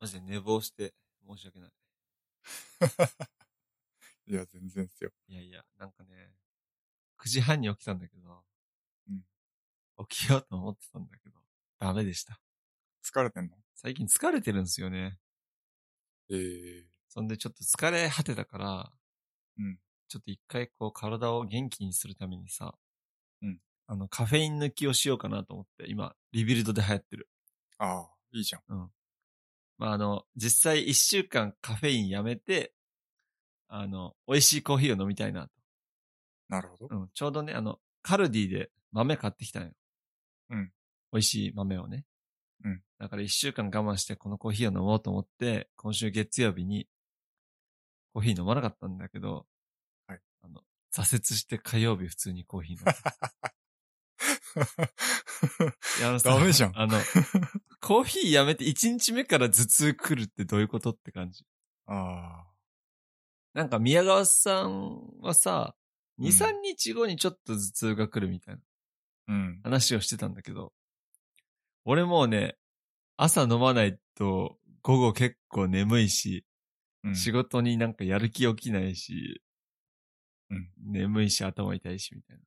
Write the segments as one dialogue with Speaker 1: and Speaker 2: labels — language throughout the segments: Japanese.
Speaker 1: マジで寝坊して申し訳ない。
Speaker 2: いや、全然っすよ。
Speaker 1: いやいや、なんかね、9時半に起きたんだけど、
Speaker 2: うん
Speaker 1: 起きようと思ってたんだけど、ダメでした。
Speaker 2: 疲れてんの
Speaker 1: 最近疲れてるんですよね。
Speaker 2: ええ
Speaker 1: そんでちょっと疲れ果てたから、
Speaker 2: うん
Speaker 1: ちょっと一回こう体を元気にするためにさ、
Speaker 2: うん
Speaker 1: あのカフェイン抜きをしようかなと思って、今、リビルドで流行ってる。
Speaker 2: ああ、いいじゃん。
Speaker 1: まああの、実際一週間カフェインやめて、あの、美味しいコーヒーを飲みたいなと。
Speaker 2: なるほど。
Speaker 1: うん、ちょうどね、あの、カルディで豆買ってきたのよ。
Speaker 2: うん。
Speaker 1: 美味しい豆をね。
Speaker 2: うん。
Speaker 1: だから一週間我慢してこのコーヒーを飲もうと思って、今週月曜日にコーヒー飲まなかったんだけど、
Speaker 2: はい。
Speaker 1: あの、挫折して火曜日普通にコーヒー飲ん だいやあのさ
Speaker 2: ダメじゃん
Speaker 1: あの、コーヒーやめて1日目から頭痛来るってどういうことって感じ。
Speaker 2: ああ、
Speaker 1: なんか宮川さんはさ、2、
Speaker 2: うん
Speaker 1: 3日後にちょっと頭痛が来るみたいな
Speaker 2: うん。
Speaker 1: 話をしてたんだけど、俺もうね、朝飲まないと午後結構眠いし、
Speaker 2: うん
Speaker 1: 仕事になんかやる気起きないし、
Speaker 2: うん
Speaker 1: 眠いし頭痛いしみたいな。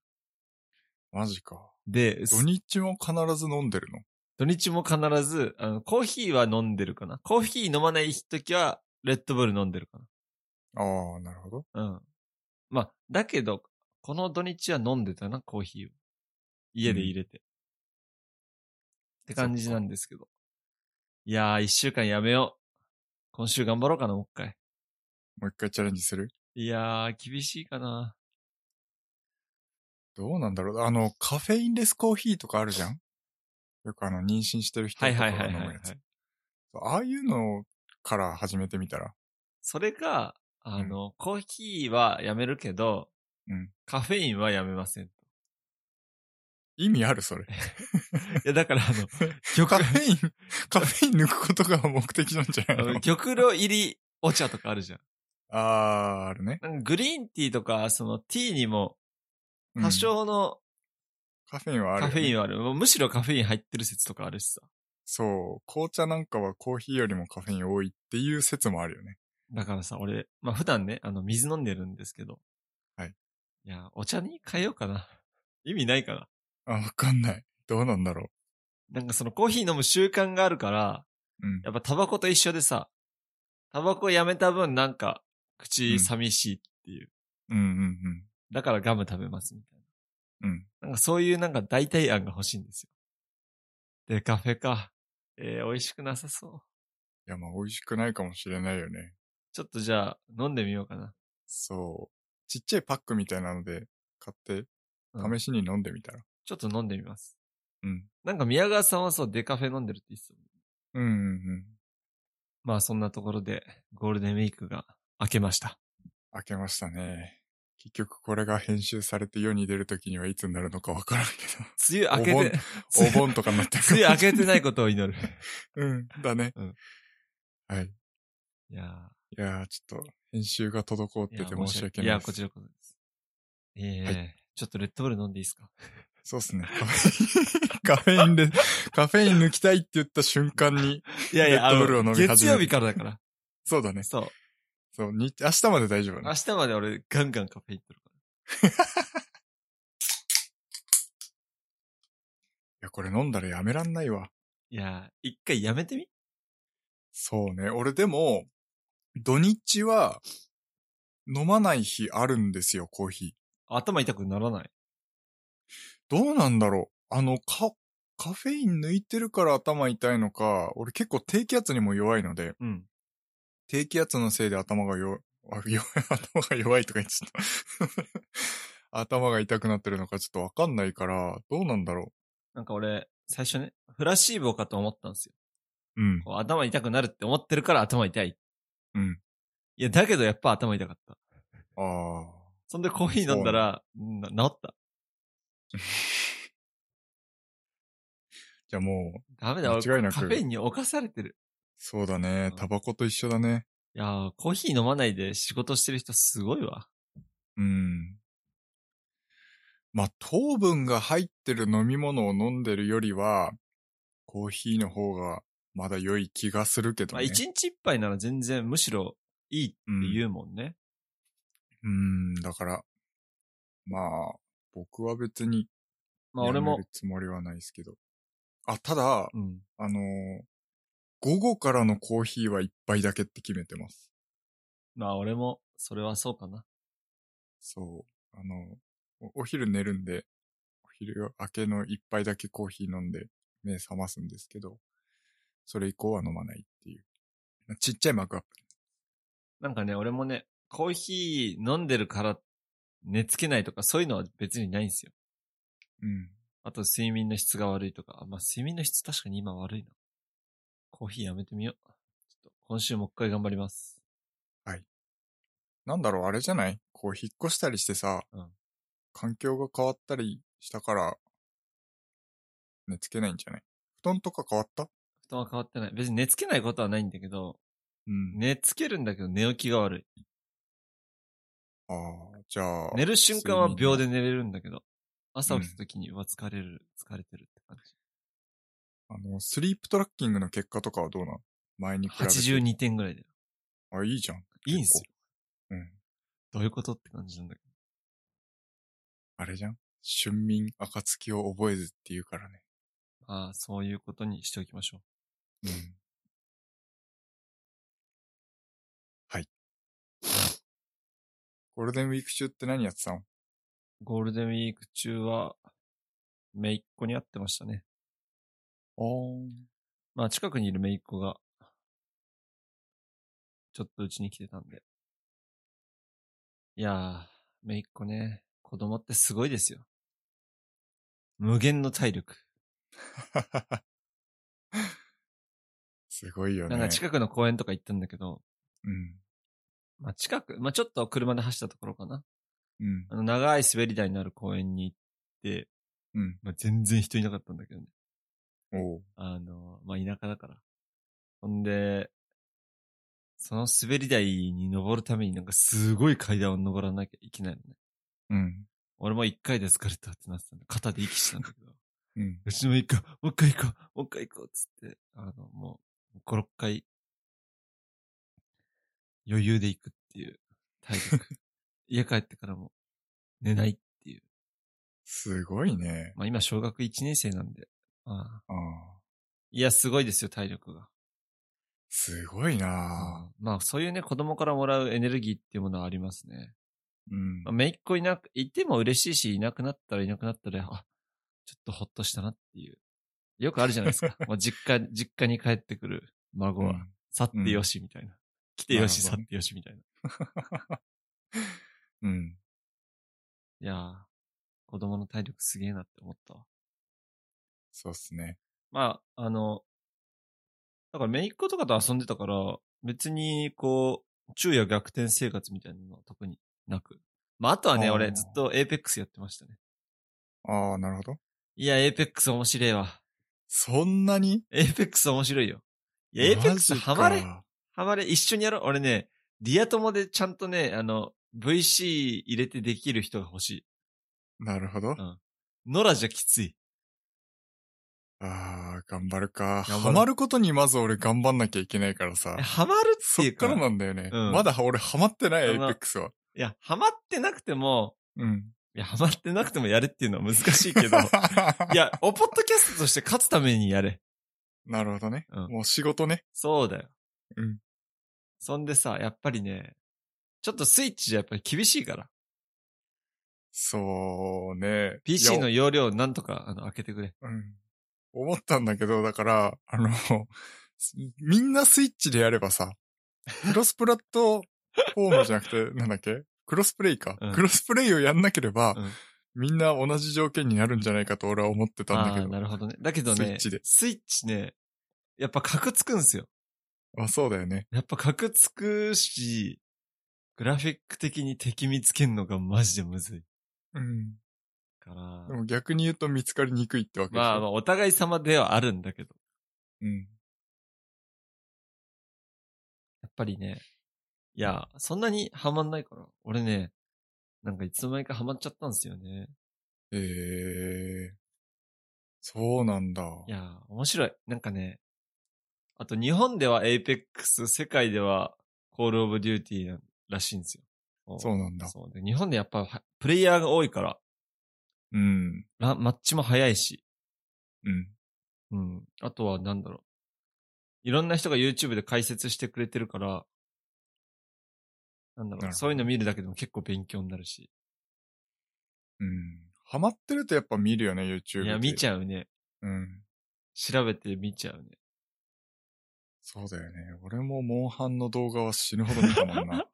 Speaker 2: マジか。
Speaker 1: で、
Speaker 2: 土日も必ず飲んでるの
Speaker 1: 土日も必ず、あの、コーヒーは飲んでるかな。コーヒー飲まない時は、レッドブル飲んでるか
Speaker 2: ああ、なるほど。
Speaker 1: な。うん。まあ、だけど、この土日は飲んでたな、コーヒーを。家で入れて。って感じなんですけど。いやー、一週間やめよう。今週頑張ろうかな、もう一回。
Speaker 2: もう一回チャレンジする
Speaker 1: いやー、厳しいかな。
Speaker 2: どうなんだろうあの、カフェインレスコーヒーとかあるじゃんよくあの、妊娠してる人
Speaker 1: は
Speaker 2: と
Speaker 1: い
Speaker 2: か
Speaker 1: は
Speaker 2: が
Speaker 1: い
Speaker 2: 飲む
Speaker 1: は
Speaker 2: や
Speaker 1: い
Speaker 2: つ。
Speaker 1: はい、はい。
Speaker 2: そうああいうのから始めてみたら。
Speaker 1: それか、あの、コーヒーはやめるけど、
Speaker 2: うん
Speaker 1: カフェインはやめません。い
Speaker 2: 意味あるそ れ。
Speaker 1: や、だからあの、
Speaker 2: カフェイン、カフェイン抜くことが目的なんじゃ ない
Speaker 1: あ
Speaker 2: の
Speaker 1: の玉露入りお茶とかあるじゃん。
Speaker 2: ああ、あるね。
Speaker 1: なんかグリーンティーとか、そのティーにも
Speaker 2: うん
Speaker 1: 多少の
Speaker 2: カフェインはある、
Speaker 1: カフェイン
Speaker 2: は。
Speaker 1: はある。もうむしろカフェイン入ってる説とかあるしさ。
Speaker 2: そう。紅茶なんかはコーヒーよりもカフェイン多いっていう説もあるよね。
Speaker 1: だからさ、俺、まあ普段ね、あの、水飲んでるんですけど。
Speaker 2: はい。
Speaker 1: いや、お茶に変えようかな。 意味ないかな。
Speaker 2: あ、わかんない。どうなんだろ
Speaker 1: なんかそのコーヒー飲む習慣があるから、
Speaker 2: う。うん。
Speaker 1: やっぱタバコと一緒でさ、タバコやめた分なんか、
Speaker 2: うん
Speaker 1: 口寂しいっていう。
Speaker 2: うんうん
Speaker 1: だからガム食べますみたい
Speaker 2: うん。うん。
Speaker 1: な。なんかそういうなんか代替案が欲しいんですよ。で、カフェか。えー、美味しくなさそう。
Speaker 2: いや、まあ、美味しくないかもしれないよね。
Speaker 1: ちょっとじゃあ、飲んでみようかな。
Speaker 2: そう。ちっちゃいパックみたいなので買って、
Speaker 1: うん
Speaker 2: 試しに飲んでみたら。
Speaker 1: ちょっと飲んでみます。
Speaker 2: うん。
Speaker 1: なんか宮川さんはそう、デカフェ飲んでるって言ってたもん
Speaker 2: うんうんうん。
Speaker 1: まあそんなところで、ゴールデンウィークが明けました。
Speaker 2: 開けましたね。結局これが編集されて世に出るときにはいつになるのかわからんけ
Speaker 1: 梅雨明けて、
Speaker 2: ど。お盆とかになってるかも
Speaker 1: 梅雨明けてないことを祈る。
Speaker 2: うん、だね。
Speaker 1: うん
Speaker 2: はい。い
Speaker 1: いや
Speaker 2: やー、ちょっと、編集が滞っ
Speaker 1: ー
Speaker 2: てて申し訳ない
Speaker 1: いや、
Speaker 2: です。
Speaker 1: こちらこそです。ええちょっとレッドブル飲んでいいですか
Speaker 2: そうっすね。カフェイン、カフェイン で、カフェイン抜きたいって言った瞬間に、
Speaker 1: いやいや、
Speaker 2: レッ
Speaker 1: あ
Speaker 2: ドブルを
Speaker 1: の、
Speaker 2: 飲み始める
Speaker 1: 月曜日からだから。
Speaker 2: そうだ ね。
Speaker 1: そう。
Speaker 2: そう、に明日まで大丈夫
Speaker 1: 明
Speaker 2: ね。
Speaker 1: 日まで俺ガンガンカフェ行ってるから。
Speaker 2: いや、これ飲んだらやめらんないわ。
Speaker 1: いやー、一回やめてみ
Speaker 2: そうね。俺でも、土日は、飲まない日あるんですよ、コーヒー。
Speaker 1: 頭痛くならない。
Speaker 2: どうなんだろうあの、カ、カフェイン抜いてるから頭痛いのか、俺結構低気圧にも弱いので、
Speaker 1: うん。
Speaker 2: 低気圧のせいで頭が弱、 あ弱い、頭が弱いとか言っちゃった。 頭が痛くなってるのかちょっとわかんないから、どうなんだろ
Speaker 1: なんか俺、最初ね、フラシーボかと思ったんですよ。
Speaker 2: う。うん。
Speaker 1: こう頭痛くなるって思ってるから頭痛い。
Speaker 2: うん。
Speaker 1: いや、だけどやっぱ頭痛かった。
Speaker 2: あ
Speaker 1: そんでコーヒー飲んだら、な治った。
Speaker 2: あ。じゃあもう、
Speaker 1: ダメだ、俺
Speaker 2: 間違いなく
Speaker 1: カフェインに侵されてる。
Speaker 2: そうだね。タバコと一緒だね。
Speaker 1: いやー、コーヒー飲まないで仕事してる人すごいわ。
Speaker 2: うん。まあ、糖分が入ってる飲み物を飲んでるよりは、コーヒーの方がまだ良い気がするけど
Speaker 1: まあ、
Speaker 2: ね。
Speaker 1: 一日一杯なら全然、むしろいいって言うもんね。
Speaker 2: うーん、だから、まあ、僕は別に、
Speaker 1: まあ、俺も
Speaker 2: やめ、るつもりはないですけど。あ、ただ、
Speaker 1: うん。
Speaker 2: あのー午後からのコーヒーは一杯だけって決めてます。
Speaker 1: まあ、俺も、それはそうかな。
Speaker 2: そう。あの、おお昼寝るんで、お昼明けの一杯だけコーヒー飲んで目覚ますんですけど、それ以降は飲まないっていう。ちっちゃいマグアップ。
Speaker 1: なんかね、俺もね、コーヒー飲んでるから寝つけないとか、そういうのは別にないんですよ。
Speaker 2: うん。
Speaker 1: あと、睡眠の質が悪いとか。あまあ、睡眠の質確かに今悪いな。コーヒーやめてみよう。ちょっと、今週もう一回頑張ります。
Speaker 2: なんだろう、あれじゃないこう、引っ越したりしてさ、
Speaker 1: うん
Speaker 2: 環境が変わったりしたから、寝つけないんじゃない布団とか変わった
Speaker 1: 布団は変わってない。別に寝つけないことはないんだけど、
Speaker 2: うん。
Speaker 1: 寝つけるんだけど寝起きが悪い。
Speaker 2: ああ、じゃあ。
Speaker 1: 寝る瞬間は秒
Speaker 2: 睡眠
Speaker 1: で寝れるんだけど、朝起きた時には疲れる、疲れてるって感じ。
Speaker 2: あの、スリープトラッキングの結果とかはどうなの前に比べて。
Speaker 1: 82点ぐらいだよ。
Speaker 2: あ、いいじゃん。
Speaker 1: いいんすよ。
Speaker 2: よ。うん。
Speaker 1: どういうことって感じなんだけど。
Speaker 2: あれじゃん春眠暁を覚えずって言うからね。
Speaker 1: まあ、そういうことにしておきましょう。
Speaker 2: うん。はい。ゴールデンウィーク中って何やってたの
Speaker 1: ゴールデンウィーク中は、めいっ子に会ってましたね。
Speaker 2: おー。
Speaker 1: まあ、近くにいるめいっ子が、ちょっとうちに来てたんで。いやー、めいっ子ね、子供ってすごいですよ。無限の体力。
Speaker 2: すごいよね。
Speaker 1: なんか近くの公園とか行ったんだけど、
Speaker 2: うん。
Speaker 1: まあ近く、まあちょっと車で走ったところかな。
Speaker 2: うん。
Speaker 1: あの長い滑り台のある公園に行って、
Speaker 2: うん。
Speaker 1: まあ全然人いなかったんだけどね。
Speaker 2: おう。
Speaker 1: あの、まあ、田舎だから。ほんで、その滑り台に登るためになんかすごい階段を登らなきゃいけないのね。
Speaker 2: うん。
Speaker 1: 俺も一回で疲れたってなってたんで、肩で息してたんだけど。
Speaker 2: うん。
Speaker 1: うちの一回、もう一回行こう、もう一回行こうっつって、あの、もう、5、6回、余裕で行くっていう体力。家帰ってからも寝ないっていう。
Speaker 2: すごいね。
Speaker 1: まあ、今小学1年生なんで。ああ
Speaker 2: ああ。
Speaker 1: いや、すごいですよ、体力が。
Speaker 2: すごいなあ
Speaker 1: まあそういうね、子供からもらうエネルギーっていうものはありますね。
Speaker 2: うん
Speaker 1: まあ、。めいっ子いなく、いても嬉しいし、いなくなったらいなくなったら、あ、ちょっとほっとしたなっていう。よくあるじゃない ですか。まあ実家、実家に帰ってくる孫は、
Speaker 2: うん
Speaker 1: 去ってよしみたいな。来てよし、
Speaker 2: な
Speaker 1: 去
Speaker 2: るほ
Speaker 1: っ
Speaker 2: どね
Speaker 1: てよしみたいな。
Speaker 2: うん。
Speaker 1: いやー、子供の体力すげえなって思ったわ。
Speaker 2: そうっすね。
Speaker 1: まあ、あの、だからめいっ子とかと遊んでたから、別にこう、昼夜逆転生活みたいなのは特になく。まあ、あとはね、
Speaker 2: あー
Speaker 1: 俺ずっとエイペックスやってましたね。
Speaker 2: ああ、なるほど。
Speaker 1: いや、エイペックス面白いわ。
Speaker 2: そんなに
Speaker 1: エイペックス面白いよ。いや、エイペックス
Speaker 2: マジか
Speaker 1: ハマれ、ハマれ、一緒にやろう。俺ね、リア友でちゃんとね、あの、VC 入れてできる人が欲しい。
Speaker 2: なるほど。
Speaker 1: んノラじゃきつい。
Speaker 2: ああ、頑張る
Speaker 1: 頑
Speaker 2: か。
Speaker 1: 張る
Speaker 2: ハマることにまず俺頑張んなきゃいけないからさ
Speaker 1: え。ハマるって
Speaker 2: そ
Speaker 1: い
Speaker 2: っ
Speaker 1: うか、
Speaker 2: から
Speaker 1: い
Speaker 2: なんだよね。
Speaker 1: うん
Speaker 2: まだ俺ハマってない、
Speaker 1: あ
Speaker 2: エイペ
Speaker 1: の
Speaker 2: ックスは。
Speaker 1: や、ハマってなくても、
Speaker 2: うん。
Speaker 1: いや、ハマってなくてもやれっていうのは難しいけど、いや、おポッドキャストとして勝つためにやれ。
Speaker 2: なるほどね。
Speaker 1: うん
Speaker 2: もう仕事ね。
Speaker 1: そうだよ。
Speaker 2: うん。
Speaker 1: そんでさ、やっぱりね、ちょっとスイッチじゃやっぱり厳しいから。
Speaker 2: そうね。い
Speaker 1: PC
Speaker 2: や
Speaker 1: の容量をなんとか、あの、開けてくれ。
Speaker 2: うん。思ったんだけど、だから、あの、 すみんなスイッチでやればさ、クロスプラットフォームじゃ なくて、なんだっけクロスプレイか、
Speaker 1: うん
Speaker 2: クロスプレイをやんなければ、
Speaker 1: うん
Speaker 2: みんな同じ条件になるんじゃないかと俺は思ってたん
Speaker 1: あ
Speaker 2: だけ
Speaker 1: あー、
Speaker 2: ど。
Speaker 1: なるほどね。だけどね、
Speaker 2: スイッチで
Speaker 1: スイッチね、やっぱカクつくんすよ。
Speaker 2: まあ、そうだよね。
Speaker 1: やっぱカクつくし、グラフィック的に敵見つけんのがマジでむずい
Speaker 2: うん。
Speaker 1: か
Speaker 2: で
Speaker 1: ら。
Speaker 2: も逆に言うと見つかりにくいってわけでしょ。
Speaker 1: まあまあ、お互い様ではあるんだけど。
Speaker 2: うん。
Speaker 1: やっぱりね、いや、そんなにハマんないから。俺ね、なんかいつの間にかハマっちゃったんですよね。
Speaker 2: ええー。そうなんだ。
Speaker 1: いや、面白い。なんかね、あと日本ではエイペックス、世界ではコールオブデューティーらしいんですよ。
Speaker 2: そうなんだ。
Speaker 1: そうで日本でやっぱはプレイヤーが多いから、
Speaker 2: うん。
Speaker 1: ラマッチも早いし、
Speaker 2: うん。
Speaker 1: うん。あとはなんだろう。いろんな人が YouTube で解説してくれてるから、なんだろ
Speaker 2: なるほ
Speaker 1: う。
Speaker 2: ど
Speaker 1: そういうの見るだけでも結構勉強になるし。
Speaker 2: うん。ハマってるとやっぱ見るよね、YouTube
Speaker 1: い
Speaker 2: で。
Speaker 1: や、見ち
Speaker 2: ゃ
Speaker 1: ゃうね。
Speaker 2: う。うん。
Speaker 1: 調べて見ちゃうね。
Speaker 2: そうだよね。俺もモンハンの動画は死ぬほど見たもんな。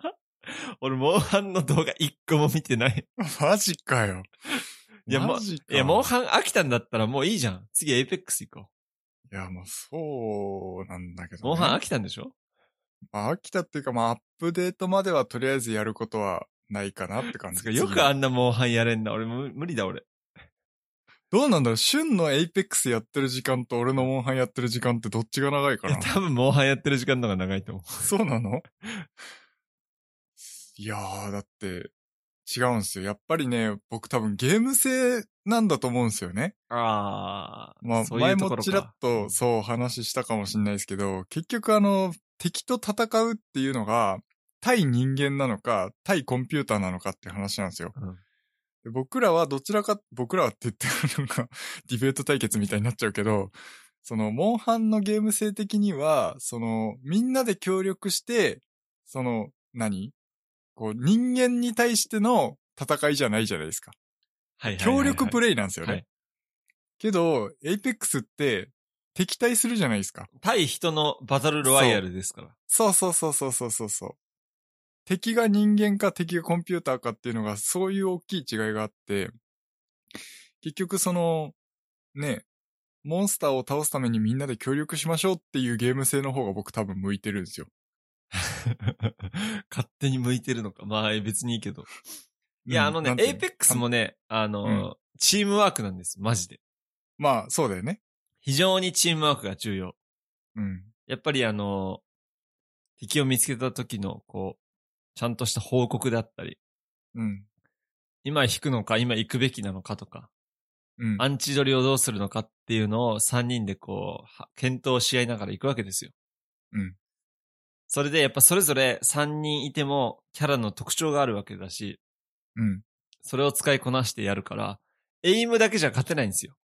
Speaker 1: 俺、モンハンの動画一個も見てない。
Speaker 2: マジかよ。
Speaker 1: いやもう
Speaker 2: マジか。
Speaker 1: いや、モンハン飽きたんだったらもういいじゃん。次、エイペックス行こ
Speaker 2: いや、まあそうなんだけど、
Speaker 1: う。モンハン飽きたんでしょ
Speaker 2: まあ、飽きたっていうか、まあ、アップデートまではとりあえずやることはないかなって感
Speaker 1: つ
Speaker 2: じ
Speaker 1: か。よくあんなモンハンやれんな。俺、む無理だ、俺。
Speaker 2: どうなんだろう旬のエイペックスやってる時間と俺のモンハンやってる時間ってどっちが長いか
Speaker 1: いや
Speaker 2: な
Speaker 1: 多分、モンハンやってる時間の方が長いと思
Speaker 2: そうなのいやー、だって、違うんですよ。やっぱりね、僕多分ゲーム性なんだと思うんですよね。
Speaker 1: う。ああ。
Speaker 2: まあ、
Speaker 1: そうい
Speaker 2: 前
Speaker 1: うと
Speaker 2: も
Speaker 1: ころ
Speaker 2: ちらっ
Speaker 1: か。
Speaker 2: とそう話したかもしれないですけど、結局あの、敵と戦うっていうのが、対人間なのか、対コンピューターなのかって話なんですよ。
Speaker 1: うん
Speaker 2: で僕らはどちらか、僕らはって言って、 なんか、ディベート対決みたいになっちゃうけど、その、モンハンのゲーム性的には、その、みんなで協力して、その、何こう、人間に対しての戦いじゃないじゃないですか。
Speaker 1: はいはいはいは
Speaker 2: 協
Speaker 1: い
Speaker 2: 力プレイなんですよね。
Speaker 1: はい
Speaker 2: けど、エイペックスって、敵対するじゃないですか。
Speaker 1: 対人のバトルロワイヤルです から。
Speaker 2: そうそうそうそうそうそうそう。敵が人間か敵がコンピューターかっていうのがそういう大きい違いがあって、結局その、ね、モンスターを倒すためにみんなで協力しましょうっていうゲーム性の方が僕多分向いてるんですよ。
Speaker 1: 勝手に向いてるのか。まあ、別にいいけど。いや、
Speaker 2: うん
Speaker 1: あのね
Speaker 2: な、んてい
Speaker 1: エ
Speaker 2: う
Speaker 1: イペックスもね、あの、チームワークなんです、マジで。
Speaker 2: まあ、そうだよね。
Speaker 1: 非常にチームワークが重要。
Speaker 2: うん。
Speaker 1: やっぱりあの、敵を見つけた時の、こう、ちゃんとした報告であったり、
Speaker 2: うん。
Speaker 1: 今引くのか、今行くべきなのかとか、
Speaker 2: うん。
Speaker 1: アンチ取りをどうするのかっていうのを3人でこう、は検討し合いながら行くわけですよ。
Speaker 2: うん。
Speaker 1: それでやっぱそれぞれ3人いてもキャラの特徴があるわけだし、
Speaker 2: うん。
Speaker 1: それを使いこなしてやるから、エイムだけじゃ勝てないんですよ。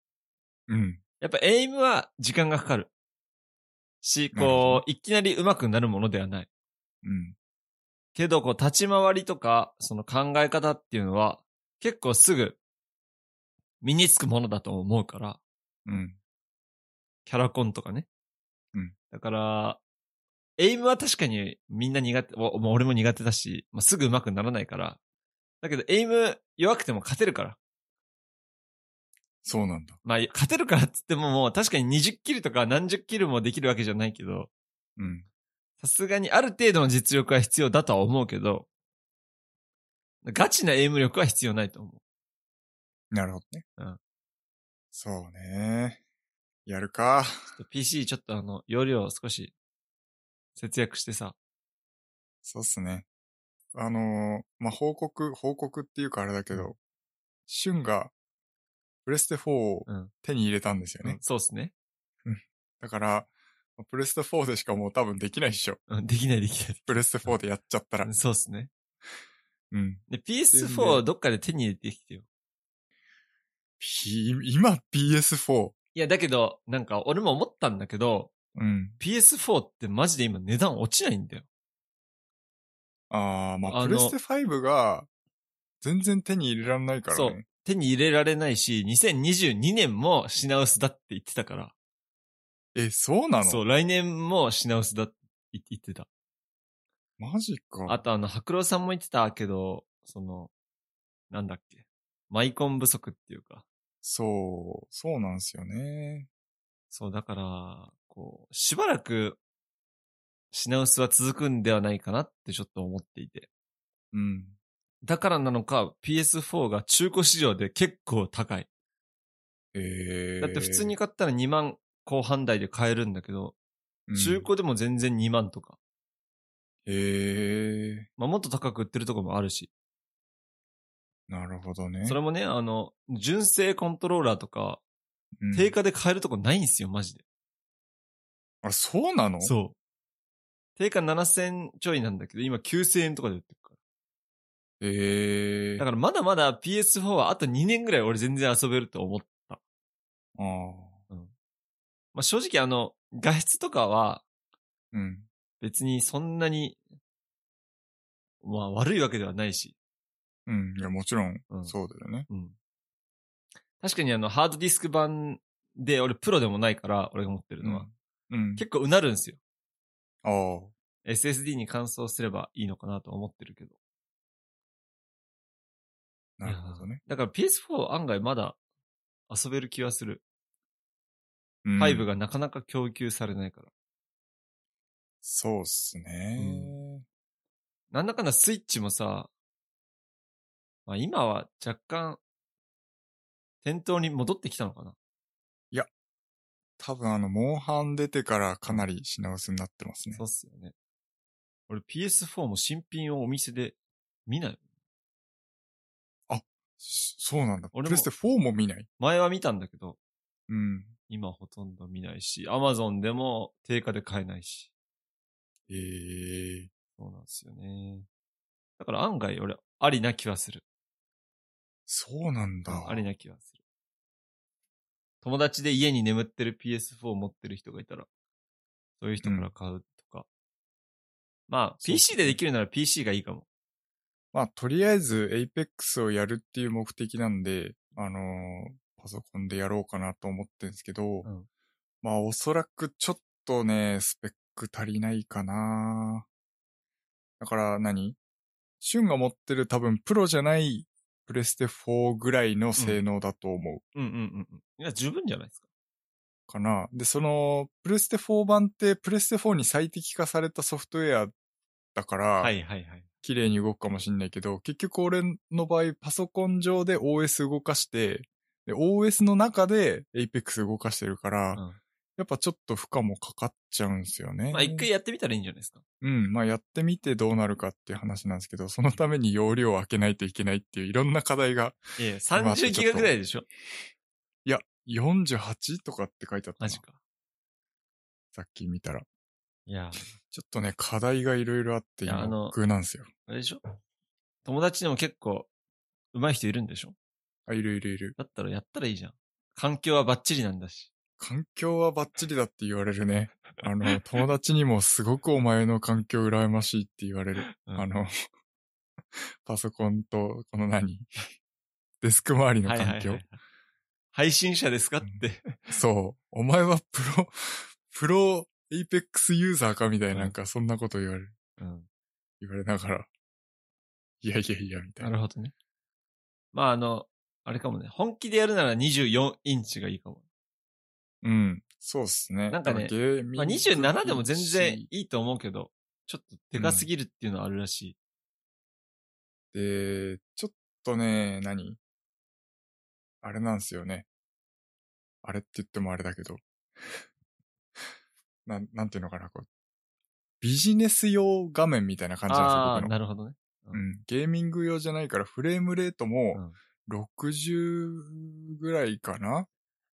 Speaker 2: うん。
Speaker 1: やっぱエイムは時間がかかる。し、
Speaker 2: なるほ
Speaker 1: こう、いきなり上手くなるものではない。
Speaker 2: うん。
Speaker 1: けど、こう、立ち回りとか、その考え方っていうのは、結構すぐ、身につくものだと思うから、
Speaker 2: うん。
Speaker 1: キャラコンとかね。
Speaker 2: うん。
Speaker 1: だから、エイムは確かにみんな苦手、おもう俺も苦手だし、まあ、すぐ上手くならないから。だけど、エイム弱くても勝てるから。
Speaker 2: そうなんだ。
Speaker 1: まあ、勝てるからって言ってももう確かに20キルとか何十キルもできるわけじゃないけど、
Speaker 2: うん。
Speaker 1: さすがにある程度の実力は必要だとは思うけど、ガチなエイム力は必要ないと思う。
Speaker 2: なるほどね。
Speaker 1: うん。
Speaker 2: そうね。やるか。
Speaker 1: PC ちょっとあの、容量を少し節約してさ。
Speaker 2: そうっすね。あのーまあ、報告、報告っていうかあれだけど、シュンが、プレステ4を
Speaker 1: うん
Speaker 2: 手に入れたんですよね。
Speaker 1: うんそうっすね。
Speaker 2: だから、まあプレステ4でしかもう多分できないっしょ。
Speaker 1: うんできないでき
Speaker 2: プレステ4でやっちゃったら
Speaker 1: ない。。そうっすね。
Speaker 2: うん。
Speaker 1: で、
Speaker 2: 全
Speaker 1: PS4
Speaker 2: 然
Speaker 1: どっかで手に入れてきてよ。
Speaker 2: P、今 PS4。
Speaker 1: いや、だけど、なんか俺も思ったんだけど、
Speaker 2: うん。
Speaker 1: PS4 ってマジで今値段落ちないんだよ。
Speaker 2: あー、まあ、
Speaker 1: あの
Speaker 2: プレステ5が、全然手に入れられないからね。
Speaker 1: 手に入れられないし、2022年も品薄だって言ってたか
Speaker 2: え、そうな
Speaker 1: ら。
Speaker 2: の
Speaker 1: そう、来年も品薄だって言言ってた。
Speaker 2: マジか。
Speaker 1: あとあの、白郎さんも言ってたけど、その、なんだっけ。マイコン不足っていうか。
Speaker 2: そう、そうなんですよね。
Speaker 1: そう、だから、こう、しばらく、品薄は続くんではないかなってちょっと思っていて。
Speaker 2: うん。
Speaker 1: だからなのか、PS4 が中古市場で結構高い。
Speaker 2: えー。
Speaker 1: だって普通に買ったら2万後半台で買えるんだけど、中古でも全然2万とか。
Speaker 2: うん。えー。
Speaker 1: まあ、もっと高く売ってるとこもあるし。
Speaker 2: なるほどね。
Speaker 1: それもね、あの、純正コントローラーとか、
Speaker 2: うん
Speaker 1: 定価で買えるとこないんですよ、マジで。
Speaker 2: あ、そうなのう。
Speaker 1: そう。定価7000ちょいなんだけど、今9000円とかで売ってるから。
Speaker 2: ええー。
Speaker 1: だ
Speaker 2: あ
Speaker 1: からまだまだ PS4 はあと2年ぐらい俺全然遊べると思った。
Speaker 2: あー。
Speaker 1: まあ、正直あの、画質とかは
Speaker 2: うん。
Speaker 1: 別にそんなに、まあ悪いわけではないし。
Speaker 2: うん。いや、もちろん、
Speaker 1: うん
Speaker 2: そうだよね。
Speaker 1: うん。確かにあの、ハードディスク版で俺プロでもないから、俺が持ってるのは。
Speaker 2: うん。うん。
Speaker 1: 結構うなるんですよ。
Speaker 2: ああ。
Speaker 1: SSD に換装すればいいのかなと思ってるけど。
Speaker 2: なるほどね。
Speaker 1: だから PS4 案外まだ遊べる気はする。
Speaker 2: うん
Speaker 1: 5がなかなか供給されないから。
Speaker 2: そうっすね、
Speaker 1: なんだかんだスイッチもさ、まあ今は若干、店頭に戻ってきたのかな。
Speaker 2: 多分あの、モンハン出てからかなり品薄になってますね
Speaker 1: そう。っすよね。俺 PS4 も新品をお店で見ない。
Speaker 2: そそうなんだ。プ
Speaker 1: 俺も
Speaker 2: レステ4も見ない。
Speaker 1: 前は見たんだけど、
Speaker 2: うん。
Speaker 1: 今ほとんど見ないし、Amazon でも定価で買えないし。
Speaker 2: ええ
Speaker 1: そうなんですよね。だから案外俺、ありな気はする。
Speaker 2: そうなんだ。
Speaker 1: ありな気はする。友達で家に眠ってる PS4 を持ってる人がいたら、そういう人から買うとか。まあ、
Speaker 2: そうです
Speaker 1: PC
Speaker 2: ね
Speaker 1: でできるなら PC がいいかも。
Speaker 2: まあ、とりあえず、エイペックスをやるっていう目的なんで、あのーパソコンでやろうかなと思ってんですけど、
Speaker 1: うん
Speaker 2: まあ、おそらくちょっとね、スペック足りないかなだから何、シュンが持ってる多分、プロじゃない、プレステ4ぐらいの性能だと思う
Speaker 1: うんうんうんうん。いや、十分じゃないですか。
Speaker 2: かな。で、その、プレステ4版って、プレステ4に最適化されたソフトウェアだから、
Speaker 1: はいはいはい。
Speaker 2: 綺麗に動くかもしんないけど、結局俺の場合、パソコン上で OS 動かして、で、OS の中で Apex 動かしてるから、
Speaker 1: うん
Speaker 2: やっぱちょっと負荷もかかっちゃうんですよね。
Speaker 1: まあ、一回やってみたらいいんじゃないですか。
Speaker 2: うん、まあやってみてどうなるかっていう話なんですけど、そのために容量を開けないといけないっていういろんな課題が、
Speaker 1: ええ、
Speaker 2: まあちょ
Speaker 1: 30
Speaker 2: っと
Speaker 1: ギガぐらいでしょ
Speaker 2: いや、48とかって書いてあった
Speaker 1: マ
Speaker 2: な
Speaker 1: ジか。
Speaker 2: さっき見たら。
Speaker 1: いや、
Speaker 2: ちょっとね、課題がいろいろあって、
Speaker 1: いやあ
Speaker 2: 今、
Speaker 1: の
Speaker 2: 僕なんですよ。
Speaker 1: あれでしょ友達でも結構、上手い人いるんでしょ
Speaker 2: あ、いるいるいる。
Speaker 1: だったらやったらいいじゃん。環境はバッチリなんだし。
Speaker 2: 環境はバッチリだって言われるね。あの、友達にもすごくお前の環境羨ましいって言われる。
Speaker 1: うん
Speaker 2: あの、パソコンと、この何デスク周りの
Speaker 1: はい
Speaker 2: 環境、
Speaker 1: はいはい。配信者ですかって。
Speaker 2: そう。お前はプロ、プロエイペックスユーザーかみたいな、なんかそんなこと言われる。
Speaker 1: うん。
Speaker 2: 言われながら。いやいやいや、みたい
Speaker 1: な
Speaker 2: な。
Speaker 1: るほどね。まああの、あれかもね。本気でやるなら24インチがいいかも。
Speaker 2: うん。そうっすね。
Speaker 1: なんかね
Speaker 2: だらゲーミング
Speaker 1: まあ27でも全然
Speaker 2: し
Speaker 1: いいと思うけど、ちょっとでかすぎるっていうのはあるらしい。
Speaker 2: で、ちょっとね、何あれなんですよね。あれって言ってもあれだけど。 なん、なんていうのかな、こう。ビジネス用画面みたいな感じな
Speaker 1: あ
Speaker 2: ん
Speaker 1: あ、
Speaker 2: ですよ、僕
Speaker 1: な
Speaker 2: の。
Speaker 1: るほどね。
Speaker 2: うん。ゲーミング用じゃないから、フレームレート
Speaker 1: う
Speaker 2: も
Speaker 1: ん
Speaker 2: 60ぐらいかな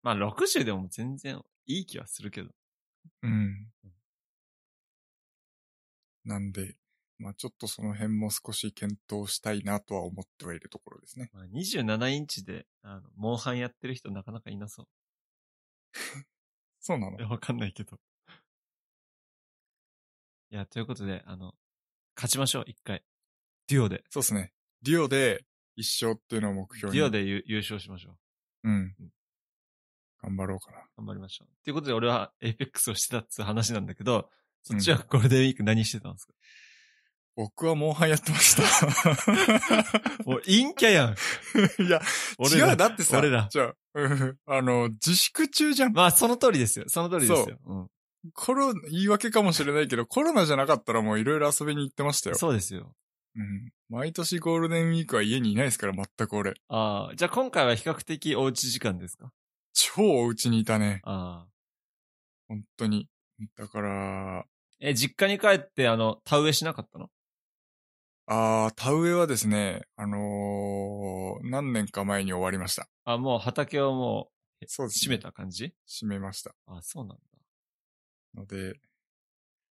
Speaker 1: まあ60でも全然いい気はするけど。
Speaker 2: うん。なんで、まあちょっとその辺も少し検討したいなとは思ってはいるところですね。
Speaker 1: まあ、27インチで、あの、モンハンやってる人なかなかいなそう。
Speaker 2: そうなの
Speaker 1: いやわかんないけど。いや、ということで、あの、勝ちましょう、一回。デュオで。
Speaker 2: そうですね。デュオで一勝っていうのを目
Speaker 1: デ
Speaker 2: 標に。
Speaker 1: ュオ。で優優勝しましょう。
Speaker 2: うん。頑張ろうかな。
Speaker 1: 頑張りましょう。ということで、俺はエイペックスをしてたっつう話なんだけど、そっちはゴールデンウィーク何してたん ですか、
Speaker 2: 僕はモンハンやってました。
Speaker 1: もう陰キャやん。
Speaker 2: いや、
Speaker 1: 俺ら
Speaker 2: 違う、だってさ、
Speaker 1: 俺ら。
Speaker 2: じゃあ、 うんあの、自粛中じゃん。
Speaker 1: まあ、その通りですよ。その通りですよ。うん
Speaker 2: コロ、言い訳かもしれないけど、コロナじゃなかったらもういろいろ遊びに行ってましたよ。
Speaker 1: そうですよ。
Speaker 2: うん。毎年ゴールデンウィークは家にいないですから、全く俺。
Speaker 1: ああ、じゃあ今回は比較的おうち時間ですか
Speaker 2: 超お家にいたね。
Speaker 1: ああ。
Speaker 2: 本当に。だから、
Speaker 1: え、実家に帰って、あの、田植えしなかったの
Speaker 2: あー、田植えはですね、あのー何年か前に終わりました。
Speaker 1: あ、もう畑をも
Speaker 2: そう
Speaker 1: う
Speaker 2: です
Speaker 1: 閉
Speaker 2: ね、
Speaker 1: めた感じ
Speaker 2: 閉めました。
Speaker 1: あ、そうなんだ。
Speaker 2: ので、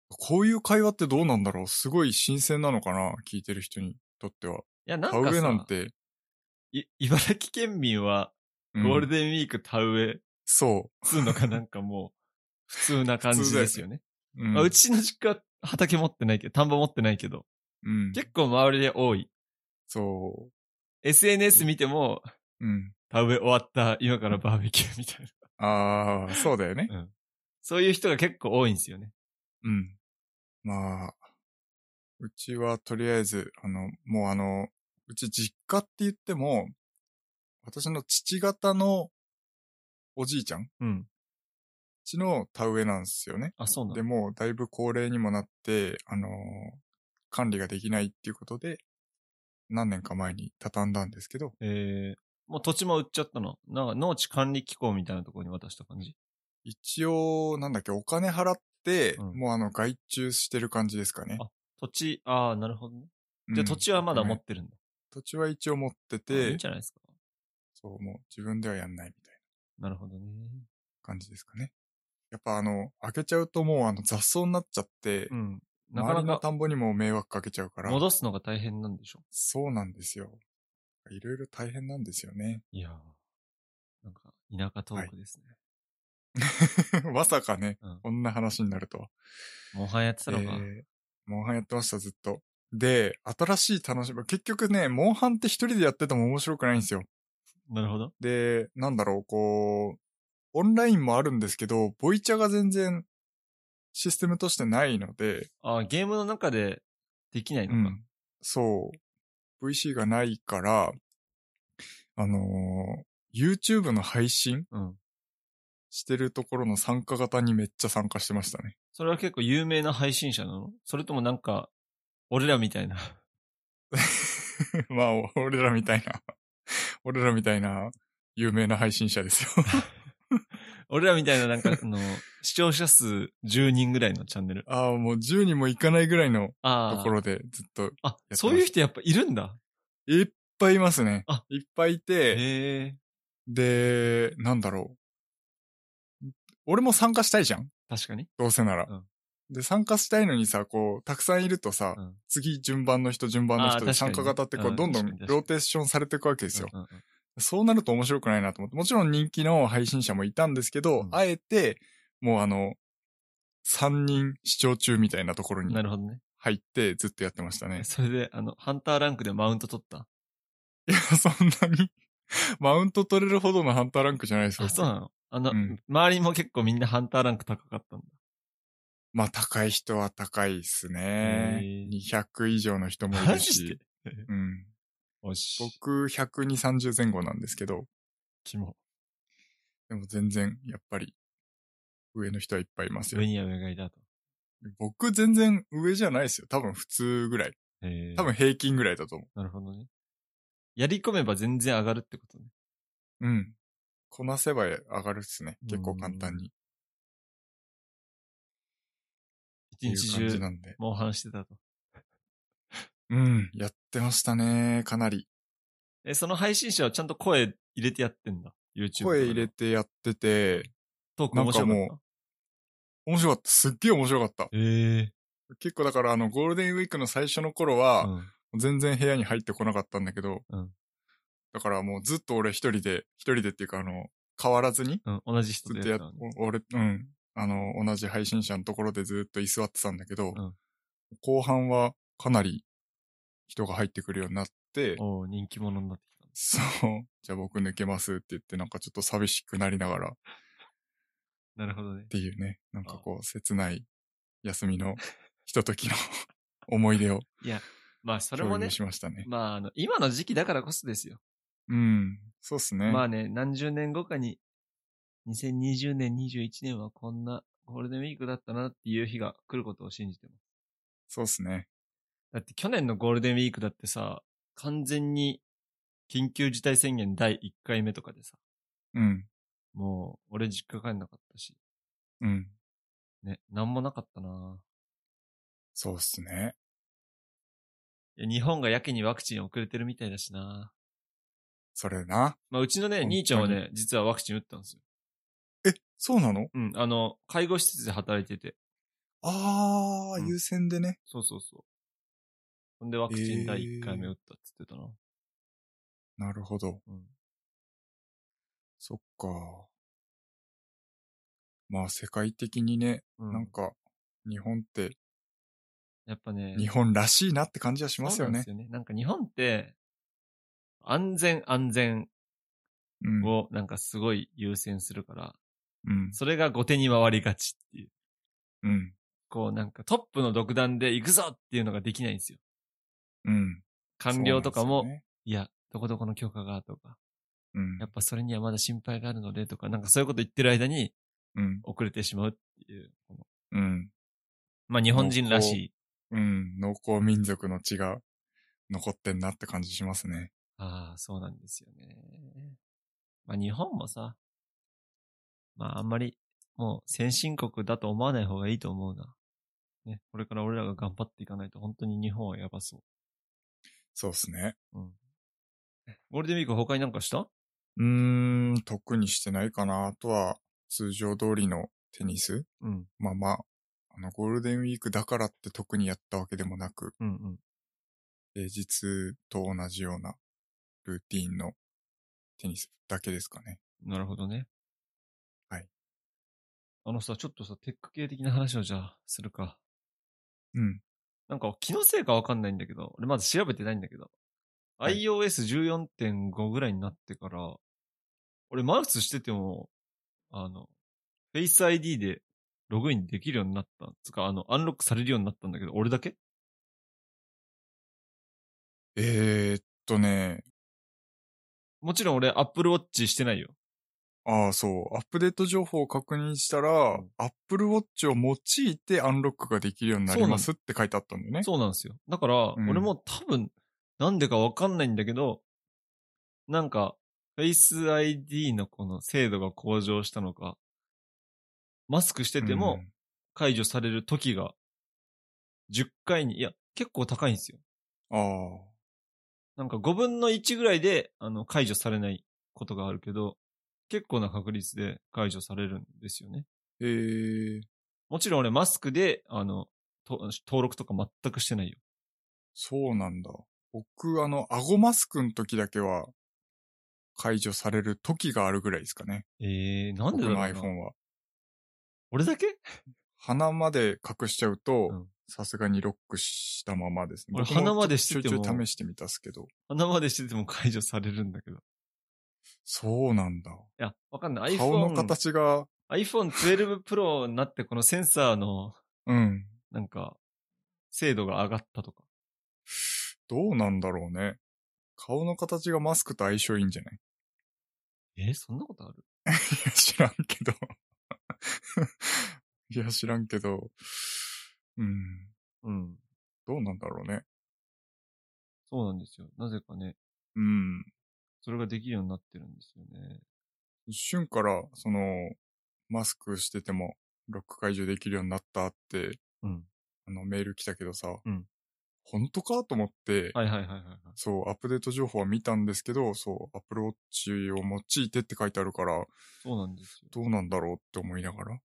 Speaker 2: こういう会話ってどうなんだろうすごい新鮮なのかな聞いてる人にとっては。
Speaker 1: いや、なん
Speaker 2: 田
Speaker 1: か
Speaker 2: 植え
Speaker 1: さ、
Speaker 2: なんて、
Speaker 1: い茨城県民は、
Speaker 2: う
Speaker 1: ゴ
Speaker 2: ん
Speaker 1: ールデンウィーク田植え
Speaker 2: そ
Speaker 1: するのかなんかもう、普通な感じですよね。
Speaker 2: う。うん
Speaker 1: まあうちの実家、畑持ってないけど、田んぼ持ってないけど、
Speaker 2: うん。
Speaker 1: 結構周りで多い。
Speaker 2: そ
Speaker 1: SNS 見ても、
Speaker 2: う。うん。
Speaker 1: 田植え終わった、今からバーベキューみたいな。
Speaker 2: ああ、そうだよね。
Speaker 1: そういう人が結構多いんですよね。
Speaker 2: うん。まあ、うちはとりあえず、あの、もうあの、うち実家って言っても、私の父方のおじいちゃん
Speaker 1: うん。
Speaker 2: ちの田植えなんですよね。
Speaker 1: あ、そうなん
Speaker 2: で
Speaker 1: だ。
Speaker 2: もうだいぶ高齢にもなって、あのー管理ができないっていうことで、何年か前に畳んだんですけど、
Speaker 1: えー、もう土地も売っちゃったの。なんか農地管理機構みたいなところに渡した感じ。
Speaker 2: 一応、なんだっけ、お金払って、
Speaker 1: うん
Speaker 2: もうあの、外注してる感じですかね。
Speaker 1: あ土地、ああ、なるほどね。じゃ
Speaker 2: う
Speaker 1: あ
Speaker 2: ん
Speaker 1: 土地はまだ持
Speaker 2: ごめん
Speaker 1: ってるんだ。
Speaker 2: 土地は一応持って
Speaker 1: あいい
Speaker 2: て
Speaker 1: んじ、ゃないですか。
Speaker 2: そう、もう自分ではやんないみたいな
Speaker 1: なるほどね。
Speaker 2: 感じですかね。やっぱあの、開けちゃうともうあの、雑草になっちゃって、
Speaker 1: うん。な
Speaker 2: 周
Speaker 1: か
Speaker 2: りの
Speaker 1: なか
Speaker 2: 田んぼにも迷惑かけちゃうから、
Speaker 1: 戻すのが大変なんでしょ。
Speaker 2: そうなんですよ。いろいろ大変なんですよね。
Speaker 1: いやーなんか田舎トークですね。
Speaker 2: まさかね、
Speaker 1: うん
Speaker 2: こんな話になるとは。
Speaker 1: モンハンやってたのか。
Speaker 2: えーモンハンやってました、ずっと。で、新しい楽しみ、結局ね、モンハンって一人でやってても面白くないんですよ。
Speaker 1: なるほど。
Speaker 2: で、なんだろう、こう、オンラインもあるんですけど、ボイチャが全然システムとしてないので、
Speaker 1: あーゲームの中でできないの
Speaker 2: う
Speaker 1: か。
Speaker 2: ん。そう。VC がないから、あのー YouTube の配信
Speaker 1: うん。
Speaker 2: してるところの参加型にめっちゃ参加してましたね。
Speaker 1: それは結構有名な配信者なのそれともなんか、俺らみたいな。
Speaker 2: まあ、お俺らみたいな、俺らみたいな有名な配信者で すよ。
Speaker 1: 俺らみたいななん か、あの、視聴者数10人ぐらいのチャンネル。
Speaker 2: ああ、もう10人もいかないぐらいのと
Speaker 1: あ
Speaker 2: ころでずっと
Speaker 1: あ。あ、
Speaker 2: ました
Speaker 1: そういう人やっぱいるんだ。
Speaker 2: いっぱいいますね
Speaker 1: あ。
Speaker 2: いっぱいいて、
Speaker 1: へえ。
Speaker 2: で、なんだろう。俺も参加したいじゃん
Speaker 1: 確かに。
Speaker 2: どうせなら、
Speaker 1: うん
Speaker 2: で、参加したいのにさ、こう、たくさんいるとさ、
Speaker 1: うん
Speaker 2: 次順番の人、順番の
Speaker 1: あー
Speaker 2: 人で
Speaker 1: 確かにね
Speaker 2: 参加型ってこ
Speaker 1: う
Speaker 2: う、
Speaker 1: ん
Speaker 2: どんどん
Speaker 1: 確かに確かに
Speaker 2: ローテーションされていくわけですよ。
Speaker 1: うんうんうん
Speaker 2: そうなると面白くないなと思って、もちろん人気の配信者もいたんですけど、
Speaker 1: うん
Speaker 2: あえて、もうあの、3人視聴中みたいなところに
Speaker 1: なるほどね。
Speaker 2: 入ってずっとやってましたね。
Speaker 1: それで、あの、ハンターランクでマウント取った。
Speaker 2: いや、そんなに、マウント取れるほどのハンターランクじゃないですよ
Speaker 1: あ、。そうなのあの、
Speaker 2: うん
Speaker 1: 周りも結構みんなハンターランク高かったんだ。
Speaker 2: まあ、高い人は高いっすね。
Speaker 1: へー
Speaker 2: 200以上の人もい
Speaker 1: マ
Speaker 2: る
Speaker 1: ジで
Speaker 2: し。うん。
Speaker 1: おし。
Speaker 2: 僕、120、30前後なんですけど、
Speaker 1: キモ。
Speaker 2: でも全然、やっぱり、上の人はいっぱいいますよ
Speaker 1: 上。には上がいたと。
Speaker 2: 僕、全然上じゃないですよ。多分普通ぐらい。
Speaker 1: へえ。
Speaker 2: 多分平均ぐらいだと思う。
Speaker 1: なるほどね。やり込めば全然上がるってことね。
Speaker 2: うん。こなせば上がるっすね。結構簡単に。
Speaker 1: 一日
Speaker 2: っていう感じ
Speaker 1: 中
Speaker 2: な、んで。
Speaker 1: モンハンしてたと。
Speaker 2: うん。やってましたね。かなり。
Speaker 1: え、その配信者はちゃんと声入れてやってんだ。YouTube。
Speaker 2: 声入れ。てやってて、
Speaker 1: トーク面白
Speaker 2: なん
Speaker 1: か
Speaker 2: か
Speaker 1: っ
Speaker 2: 面白かった。すっげえ面白かっ
Speaker 1: た。
Speaker 2: た。
Speaker 1: へえ。
Speaker 2: 結構だからあの、ゴールデンウィークの最初の頃は、
Speaker 1: うん
Speaker 2: 全然部屋に入ってこなかったんだけど、
Speaker 1: うん
Speaker 2: だからもうずっと俺一人で、一人でっていうかあの、変わらずに、
Speaker 1: うん。同じ人
Speaker 2: ずっ
Speaker 1: で
Speaker 2: と
Speaker 1: や
Speaker 2: や
Speaker 1: っ
Speaker 2: っ、
Speaker 1: たのね。
Speaker 2: お俺、うん。あの、同じ配信者のところでずっと居座ってたんだけど、
Speaker 1: うん
Speaker 2: 後半はかなり人が入ってくるようになって、
Speaker 1: おう人気者になってきた。
Speaker 2: そう、じゃあ僕抜けますって言って、なんかちょっと寂しくなりながらっ
Speaker 1: なるほどね。
Speaker 2: ていうね、なんかこう、切ない休みの ひとときの思い出を
Speaker 1: いや、ま あそれも
Speaker 2: 共
Speaker 1: ね
Speaker 2: 有、しましたね。
Speaker 1: まああの、今の時期だからこそですよ。
Speaker 2: うん、そうっすね。
Speaker 1: まあね、何十年後かに、2020年、21年はこんなゴールデンウィークだったなっていう日が来ることを信じてます。
Speaker 2: そうっすね。
Speaker 1: だって去年のゴールデンウィークだってさ、完全に緊急事態宣言第1回目とかでさ、
Speaker 2: うん、
Speaker 1: もう俺実家帰んなかったし、
Speaker 2: うん、
Speaker 1: ね、なんもなかったな
Speaker 2: そうっすね。
Speaker 1: いや日本がやけにワクチン遅れてるみたいだしな
Speaker 2: それな。
Speaker 1: まあうちのね、
Speaker 2: 本当に
Speaker 1: 兄ちゃんはね、実はワクチン打ったんですよ。
Speaker 2: そうなの
Speaker 1: うん、あの、介護施設で働いてて。
Speaker 2: ああ、
Speaker 1: うん
Speaker 2: 優先でね。
Speaker 1: そうそうそう。ほんでワクチン第1回目打ったっつってたな。
Speaker 2: なるほど。
Speaker 1: うん。
Speaker 2: そっか。まあ、世界的にね、
Speaker 1: うん
Speaker 2: なんか、日本って、
Speaker 1: やっぱね。
Speaker 2: 日本らしいなって感じはしますよ
Speaker 1: そ
Speaker 2: ね
Speaker 1: う。なんですよね。なんか日本って、安全安全
Speaker 2: うん。
Speaker 1: をなんかすごい優先するから、
Speaker 2: うん。
Speaker 1: それが後手に回りがちっていう。
Speaker 2: うん。
Speaker 1: こうなんかトップの独断で行くぞっていうのができないんですよ。
Speaker 2: うん。
Speaker 1: 官僚とかも、
Speaker 2: そうなんですよね
Speaker 1: いや、どこどこの許可がとか、
Speaker 2: うん
Speaker 1: やっぱそれにはまだ心配があるのでとか、なんかそういうこと言ってる間に
Speaker 2: うん。
Speaker 1: 遅れてしまうっていう。この
Speaker 2: うん。
Speaker 1: まあ日本人らしい。
Speaker 2: うん。農耕民族の血が残ってんなって感じしますね。
Speaker 1: ああ、そうなんですよね。まあ日本もさ、まああんまりもう先進国だと思わない方がいいと思うな。ね、これから俺らが頑張っていかないと本当に日本はやばそ
Speaker 2: そうですね。
Speaker 1: う。うん。ゴールデンウィーク他になんかした
Speaker 2: うーん、特にしてないかな。あとは、通常通りのテニス
Speaker 1: うん。
Speaker 2: まあまあ、あの、ゴールデンウィークだからって特にやったわけでもなく、
Speaker 1: うんうん。
Speaker 2: 平日と同じようなルーティンのテニスだけですかね。
Speaker 1: なるほどね。
Speaker 2: はい。
Speaker 1: あのさ、ちょっとさ、テック系的な話をじゃあするか。
Speaker 2: うん。
Speaker 1: なんか気のせいかわかんないんだけど、俺まだ調べてないんだけど、
Speaker 2: はい
Speaker 1: iOS14.5 ぐらいになってから、俺マウスしてても、あの、Face ID でログインできるようになった。つか、あの、アンロックされるようになったんだけど、俺だけ
Speaker 2: えー、っとね、
Speaker 1: もちろん俺 Apple Watch してないよ。
Speaker 2: ああ、そう。アップデート情報を確認したら、Apple Watch を用いてアンロックができるようになりますって書いてあったんだよね。
Speaker 1: そうなんですよ。だから、
Speaker 2: うん
Speaker 1: 俺も多分、なんでかわかんないんだけど、なんか、Face ID のこの精度が向上したのか、マスクしてても、解除される時が、10回に、いや、結構高いんですよ。
Speaker 2: うん、ああ、
Speaker 1: なんか5分の1ぐらいで、あの、解除されないことがあるけど、結構な確率で解除されるんですよね。
Speaker 2: えー、
Speaker 1: もちろん俺マスクで、あの、と登録とか全くしてないよ。
Speaker 2: そうなんだ。僕、あの、顎マスクの時だけは、解除される時があるぐらいですかね。
Speaker 1: ええー、なんで
Speaker 2: 僕
Speaker 1: だろう
Speaker 2: の
Speaker 1: な
Speaker 2: iPhone は。
Speaker 1: 俺だけ
Speaker 2: 鼻まで隠しちゃう
Speaker 1: う
Speaker 2: と
Speaker 1: ん、
Speaker 2: さすがにロックしたままですね。
Speaker 1: 俺
Speaker 2: 僕も
Speaker 1: 鼻までしてても
Speaker 2: ちょいちょい試してみたっすけど。
Speaker 1: 鼻までしてても解除されるんだけど。い
Speaker 2: そうなんだ。
Speaker 1: や、わかんない。
Speaker 2: 顔の
Speaker 1: iPhone、
Speaker 2: 形が、
Speaker 1: iPhone 12 Pro になってこのセンサーの、
Speaker 2: うん。
Speaker 1: なんか、精度が上がったとか。
Speaker 2: どうなんだろうね。顔の形がマスクと相性いいんじゃない
Speaker 1: えーそんなことある
Speaker 2: いや知らんけど。 いや、知らんけど。うん。
Speaker 1: うん。
Speaker 2: どうなんだろうね。
Speaker 1: そうなんですよ。なぜかね、
Speaker 2: うん。
Speaker 1: それができるようになってるんですよね。
Speaker 2: 一瞬から、その、マスクしてても、ロック解除できるようになったって、
Speaker 1: うん。
Speaker 2: あの、メール来たけどさ、
Speaker 1: うん
Speaker 2: 本当かと思って、
Speaker 1: はいはいはいはいはい。
Speaker 2: そう、アップデート情報は見たんですけど、そう、アプローチを用いてって書いてあるから、
Speaker 1: そうなんですよ。
Speaker 2: どうなんだろうって思いながら。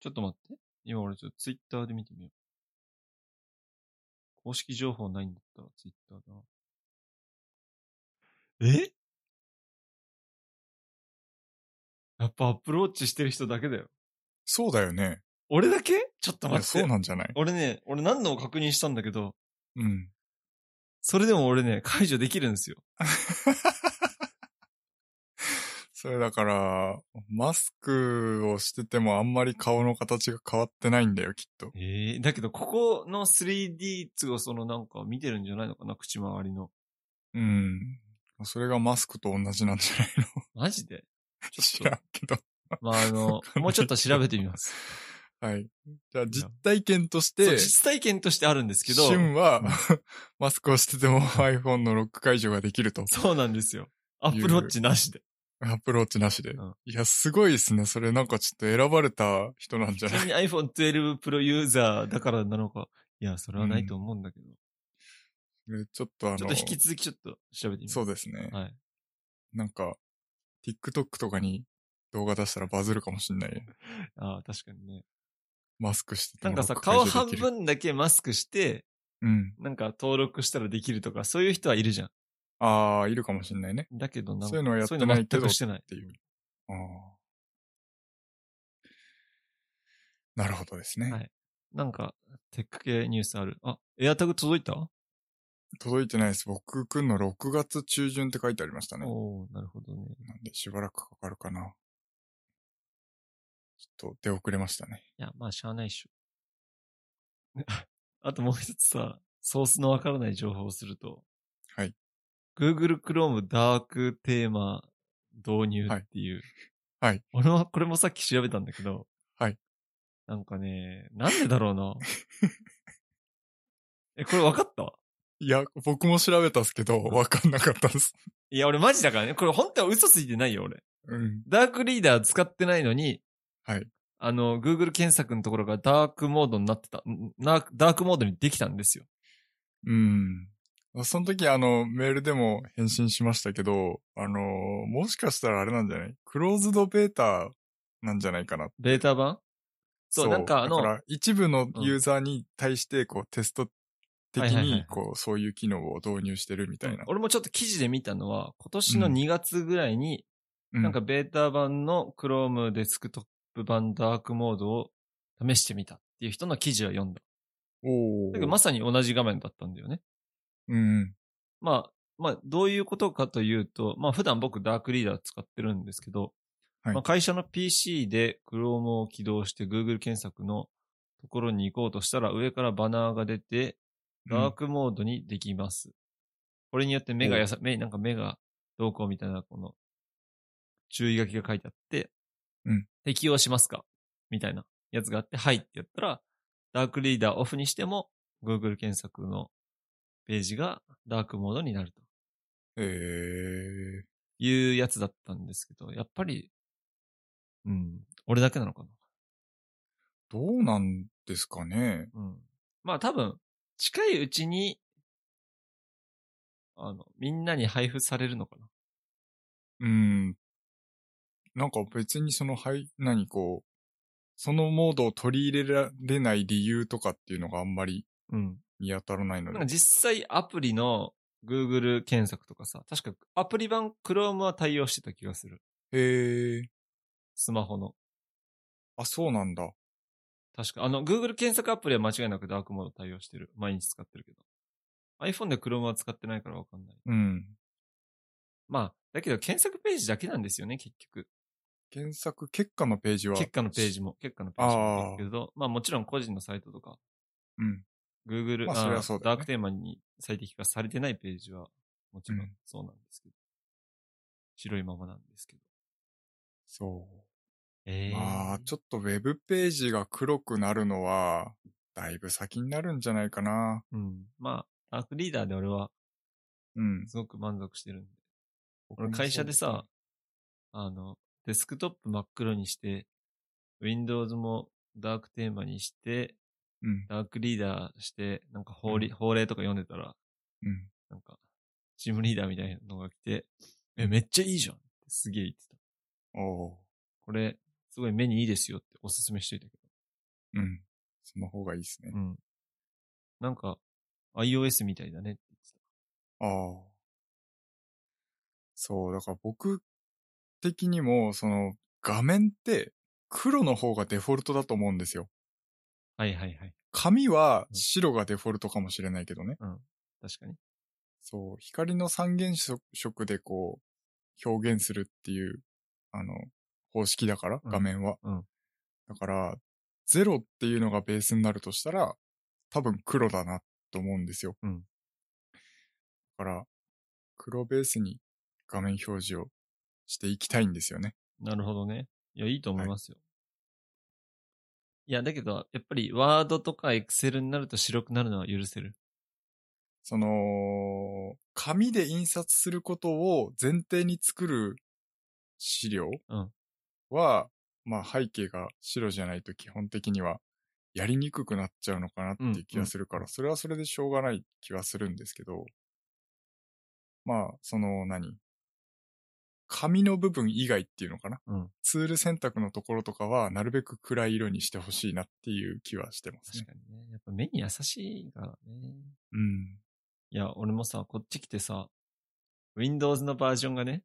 Speaker 1: ちょっと待って。今俺ちょっとツイッターで見てみよう。公式情報ないんだったらツイッターだな。えやっぱアップローチしてる人だけだよ。
Speaker 2: そうだよね。
Speaker 1: 俺だけちょっと
Speaker 2: いや、
Speaker 1: 待って。
Speaker 2: そうなんじゃない
Speaker 1: 俺ね、俺何度も確認したんだけど、
Speaker 2: うん。
Speaker 1: それでも俺ね、解除できるんですよ。
Speaker 2: それだから、マスクをしててもあんまり顔の形が変わってないんだよ、きっと。
Speaker 1: ええだけど、ここの 3D つがそのなんか見てるんじゃないのかな口周りの。
Speaker 2: うん。それがマスクと同じなんじゃないの
Speaker 1: マジで
Speaker 2: 知
Speaker 1: ちょ
Speaker 2: ら
Speaker 1: っ
Speaker 2: んけど。
Speaker 1: と、まあ、あの、 もうちょっと調べてみます。
Speaker 2: はい。じゃあ実体験とし
Speaker 1: そう
Speaker 2: て、
Speaker 1: 実体験としてあるんですけど、
Speaker 2: 旬は、
Speaker 1: うん
Speaker 2: マスクをしてても iPhone のロック解除ができると。
Speaker 1: そうなんですよ。アップローチなし で。
Speaker 2: アプローチなしで。
Speaker 1: うん
Speaker 2: いや、すごいですね。それなんかちょっと選ばれた人なんじゃない
Speaker 1: 君 iPhone 12 Pro ユーザーだからなのか。いや、それはないと思うんだけど。
Speaker 2: ねちょっとあの、
Speaker 1: ちょっと引き続きちょっと調べてみます。
Speaker 2: そうですね。
Speaker 1: はい。
Speaker 2: なんか、TikTok とかに動画出したらバズるかもしんない。
Speaker 1: ああ、確かにね。
Speaker 2: マスクして
Speaker 1: なんかさ、
Speaker 2: 登
Speaker 1: 顔
Speaker 2: 録
Speaker 1: 半
Speaker 2: 解除できる。
Speaker 1: 分だけマスクして、
Speaker 2: うん。
Speaker 1: なんか登録したらできるとか、そういう人はいるじゃん。
Speaker 2: ああ、いるかもしんないね。
Speaker 1: だけどなんか、
Speaker 2: そういうのはやって
Speaker 1: そうの
Speaker 2: ないけど
Speaker 1: 全くしてない
Speaker 2: っ。ていう。ああ。なるほどですね。
Speaker 1: はいなんか、テック系ニュースある。あ、エアタグ届いた、
Speaker 2: 届いてないです。僕くんの6月中旬って書いてありましたね。
Speaker 1: おおなるほどね。
Speaker 2: なんでしばらくかかるかな。ちょっと出遅れましたね。
Speaker 1: いや、まあ、しゃあないっしょ。 あともう一つさ、ソースのわからない情報をすると、
Speaker 2: はい。
Speaker 1: Google Chrome ダークテーマ導入っていう。
Speaker 2: はいはい
Speaker 1: 俺はこれもさっき調べたんだけど。
Speaker 2: はい。
Speaker 1: なんかね、なんでだろう な。え、これ分かった
Speaker 2: いや、僕も調べたんですけど、わかんなかったです。
Speaker 1: いや、俺マジだからね。これ本当は嘘ついてないよ、俺。
Speaker 2: うん。
Speaker 1: ダークリーダー使ってないのに、
Speaker 2: はい。
Speaker 1: あの、Google 検索のところがダークモードになってた、んなダークモードにできたんですよ。
Speaker 2: うん。その時、あの、メールでも返信しましたけど、あの、もしかしたらあれなんじゃないクローズドベータなんじゃないかな。
Speaker 1: ベータ版そうなんかあの
Speaker 2: だから一部の
Speaker 1: うん
Speaker 2: ユーザーに対して、こう、テスト的
Speaker 1: はいはいはいは
Speaker 2: に
Speaker 1: い、
Speaker 2: こう、そういう機能を導入してるみたいな。
Speaker 1: 俺もちょっと記事で見たのは、今年の
Speaker 2: うん
Speaker 1: 2月ぐらいに、
Speaker 2: うん
Speaker 1: なんか、ベータ版の Chrome デスクトップ版ダークモードを試してみたっていう人の記事は読んだ。
Speaker 2: おー
Speaker 1: だけどまさに同じ画面だったんだよね。
Speaker 2: うん。
Speaker 1: まあ、まあ、どういうことかというと、まあ普段僕ダークリーダー使ってるんですけど、
Speaker 2: はい
Speaker 1: まあ会社の PC で Chrome を起動して Google 検索のところに行こうとしたら上からバナーが出て、ダークモードにできます。これによって目がやさ、目、なんか目がどうこうみたいな、この、注意書きが書いてあって、
Speaker 2: うん
Speaker 1: 適用しますかみたいなやつがあって、はいってやったら、ダークリーダーオフにしても、Google 検索のページがダークモードになると
Speaker 2: えー。
Speaker 1: いうやつだったんですけど、やっぱり、うん、俺だけなのか
Speaker 2: どうなんですかね。
Speaker 1: な。うん。まあ多分、近いうちに、あの、みんなに配布されるのかな。
Speaker 2: うん。なんか別にその、はい、何こう、そのモードを取り入れられない理由とかっていうのがあんまり
Speaker 1: うん。
Speaker 2: 見当たらないの
Speaker 1: なんか
Speaker 2: で。
Speaker 1: 実際アプリの Google 検索とかさ、確かアプリ版 Chrome は対応してた気がする。
Speaker 2: へえ。
Speaker 1: スマホの。
Speaker 2: あ、そうなんだ。
Speaker 1: 確か。あの、Google 検索アプリは間違いなくダークモード対応してる。毎日使ってるけど。iPhone で Chrome は使ってないからわかんない。
Speaker 2: うん。
Speaker 1: まあ、だけど検索ページだけなんですよね、結局。
Speaker 2: 検索結果のページは。
Speaker 1: 結果のページも、結果のページもだけど、まあもちろん個人のサイトとか、
Speaker 2: うん。
Speaker 1: Google、
Speaker 2: まあそれはそうだ
Speaker 1: ダ
Speaker 2: よね
Speaker 1: ークテーマに最適化されてないページは、もちろ
Speaker 2: うんん
Speaker 1: そうなんですけど。白いままなんですけど。
Speaker 2: そう。
Speaker 1: ええ
Speaker 2: まあ、ちょっとウェブページが黒くなるのは、だいぶ先になるんじゃないかな。
Speaker 1: うん。まあ、ダークリーダーで俺は
Speaker 2: うん。
Speaker 1: すごく満足してるんで。
Speaker 2: 僕も
Speaker 1: 俺
Speaker 2: そう
Speaker 1: 会社でさ、、あの、デスクトップ真っ黒にして、Windows もダークテーマにして、
Speaker 2: うん。
Speaker 1: ダークリーダーして、なんか法,、法令とか読んでたら、
Speaker 2: うん。
Speaker 1: なんか、チームリーダーみたいなのが来て、え、めっちゃいいじゃんってすげえ言ってた。
Speaker 2: おう。
Speaker 1: これ、すごい目にいいですよっておすすめしといたけ
Speaker 2: うん。その方がいいですね
Speaker 1: ど。。うん。なんか、iOS みたいだねって言ってた。
Speaker 2: ああ。そう、だから僕的にも、その、画面って黒の方がデフォルトだと思うんですよ。
Speaker 1: はいはいはい。
Speaker 2: 紙は
Speaker 1: うん
Speaker 2: 白がデフォルトかもしれないけどね。
Speaker 1: 確かに。
Speaker 2: そう、光の三原色でこう、表現するっていう、あの、方式だから、
Speaker 1: うん
Speaker 2: 画面は。
Speaker 1: うん
Speaker 2: だから、ゼロっていうのがベースになるとしたら、多分黒だなと思うんですよ。
Speaker 1: うん
Speaker 2: だから、黒ベースに画面表示をしていきたいんですよね。
Speaker 1: なるほどね。いや、いいと思いますよ。い、や、だけど、やっぱり、ワードとかエクセルになると白くなるのは許せる。
Speaker 2: その、紙で印刷することを前提に作る資料
Speaker 1: うん
Speaker 2: は、まあ背景が白じゃないと基本的にはやりにくくなっちゃうのかなっていう気がするから、それはそれでしょうがない気はするんですけど、まあ、その何紙の部分以外っていうのかな、
Speaker 1: うん
Speaker 2: ツール選択のところとかは、なるべく暗い色にしてほしいなっていう気はしてます
Speaker 1: 確
Speaker 2: ね。
Speaker 1: かにね。やっぱ目に優しいからね。
Speaker 2: うん。
Speaker 1: いや、俺もさ、こっち来てさ、Windows のバージョンがね、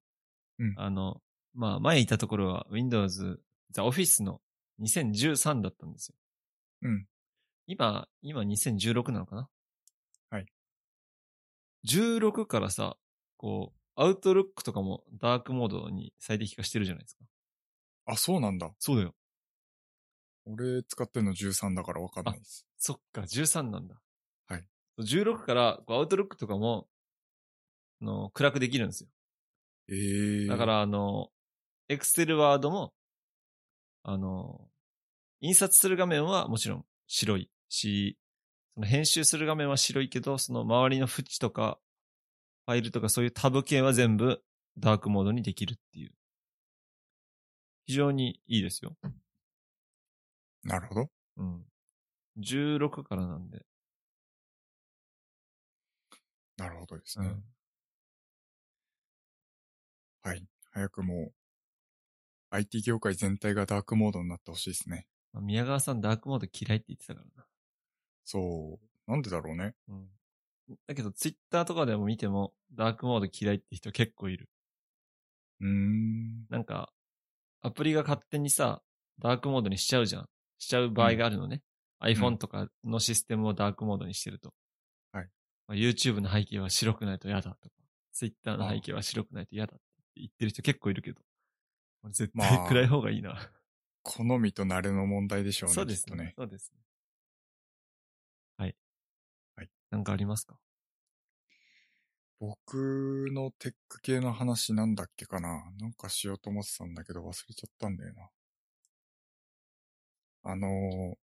Speaker 2: うん
Speaker 1: あの、まあ、前いたところは Windows、The Office の2013だったんですよ。
Speaker 2: うん。
Speaker 1: 今、今2016なのかな
Speaker 2: はい。
Speaker 1: 16からさ、こう、Outlook とかもダークモードに最適化してるじゃないですか。
Speaker 2: あ、そうなんだ。
Speaker 1: そうだよ。
Speaker 2: 俺使ってんの13だからわかんないです。
Speaker 1: そっか、13なんだ。
Speaker 2: はい。
Speaker 1: 16から、こう、Outlook とかも、あの、暗くできるんですよ。
Speaker 2: ええー。
Speaker 1: だか、ら、あの、Excel ワードも、あの、印刷する画面はもちろん白いし、その編集する画面は白いけど、その周りの縁とか、ファイルとかそういうタブ系は全部ダークモードにできるっていう。非常にいいですよ。
Speaker 2: なるほど。
Speaker 1: うん。16からなんで。
Speaker 2: なるほどですね。はい。早くもう、IT 業界全体がダークモードになってほしいですね。
Speaker 1: まあ宮川さんダークモード嫌いって言ってたからな。
Speaker 2: そう。なんでだろうね。
Speaker 1: うん。だけど、ツイッターとかでも見ても、ダークモード嫌いって人結構いる。
Speaker 2: うーん。
Speaker 1: なんか、アプリが勝手にさ、ダークモードにしちゃうじゃん。しちゃう場合があるのね。
Speaker 2: う
Speaker 1: iPhone
Speaker 2: ん
Speaker 1: とかのシステムをダークモードにしてると。
Speaker 2: はい
Speaker 1: まあ、YouTube の背景は白くないと嫌だとか、Twitter の背景は白くないと嫌だって言ってる人結構いるけど。俺絶
Speaker 2: ま
Speaker 1: 対
Speaker 2: あ
Speaker 1: 暗い方がいいな。
Speaker 2: 好みと慣れの問題でしょうね。
Speaker 1: そうです
Speaker 2: きっとね。
Speaker 1: そうですね。はい。
Speaker 2: はい。
Speaker 1: なんかありますか
Speaker 2: 僕のテック系の話なんだっけかななんかしようと思ってたんだけど忘れちゃったんだよな。あのー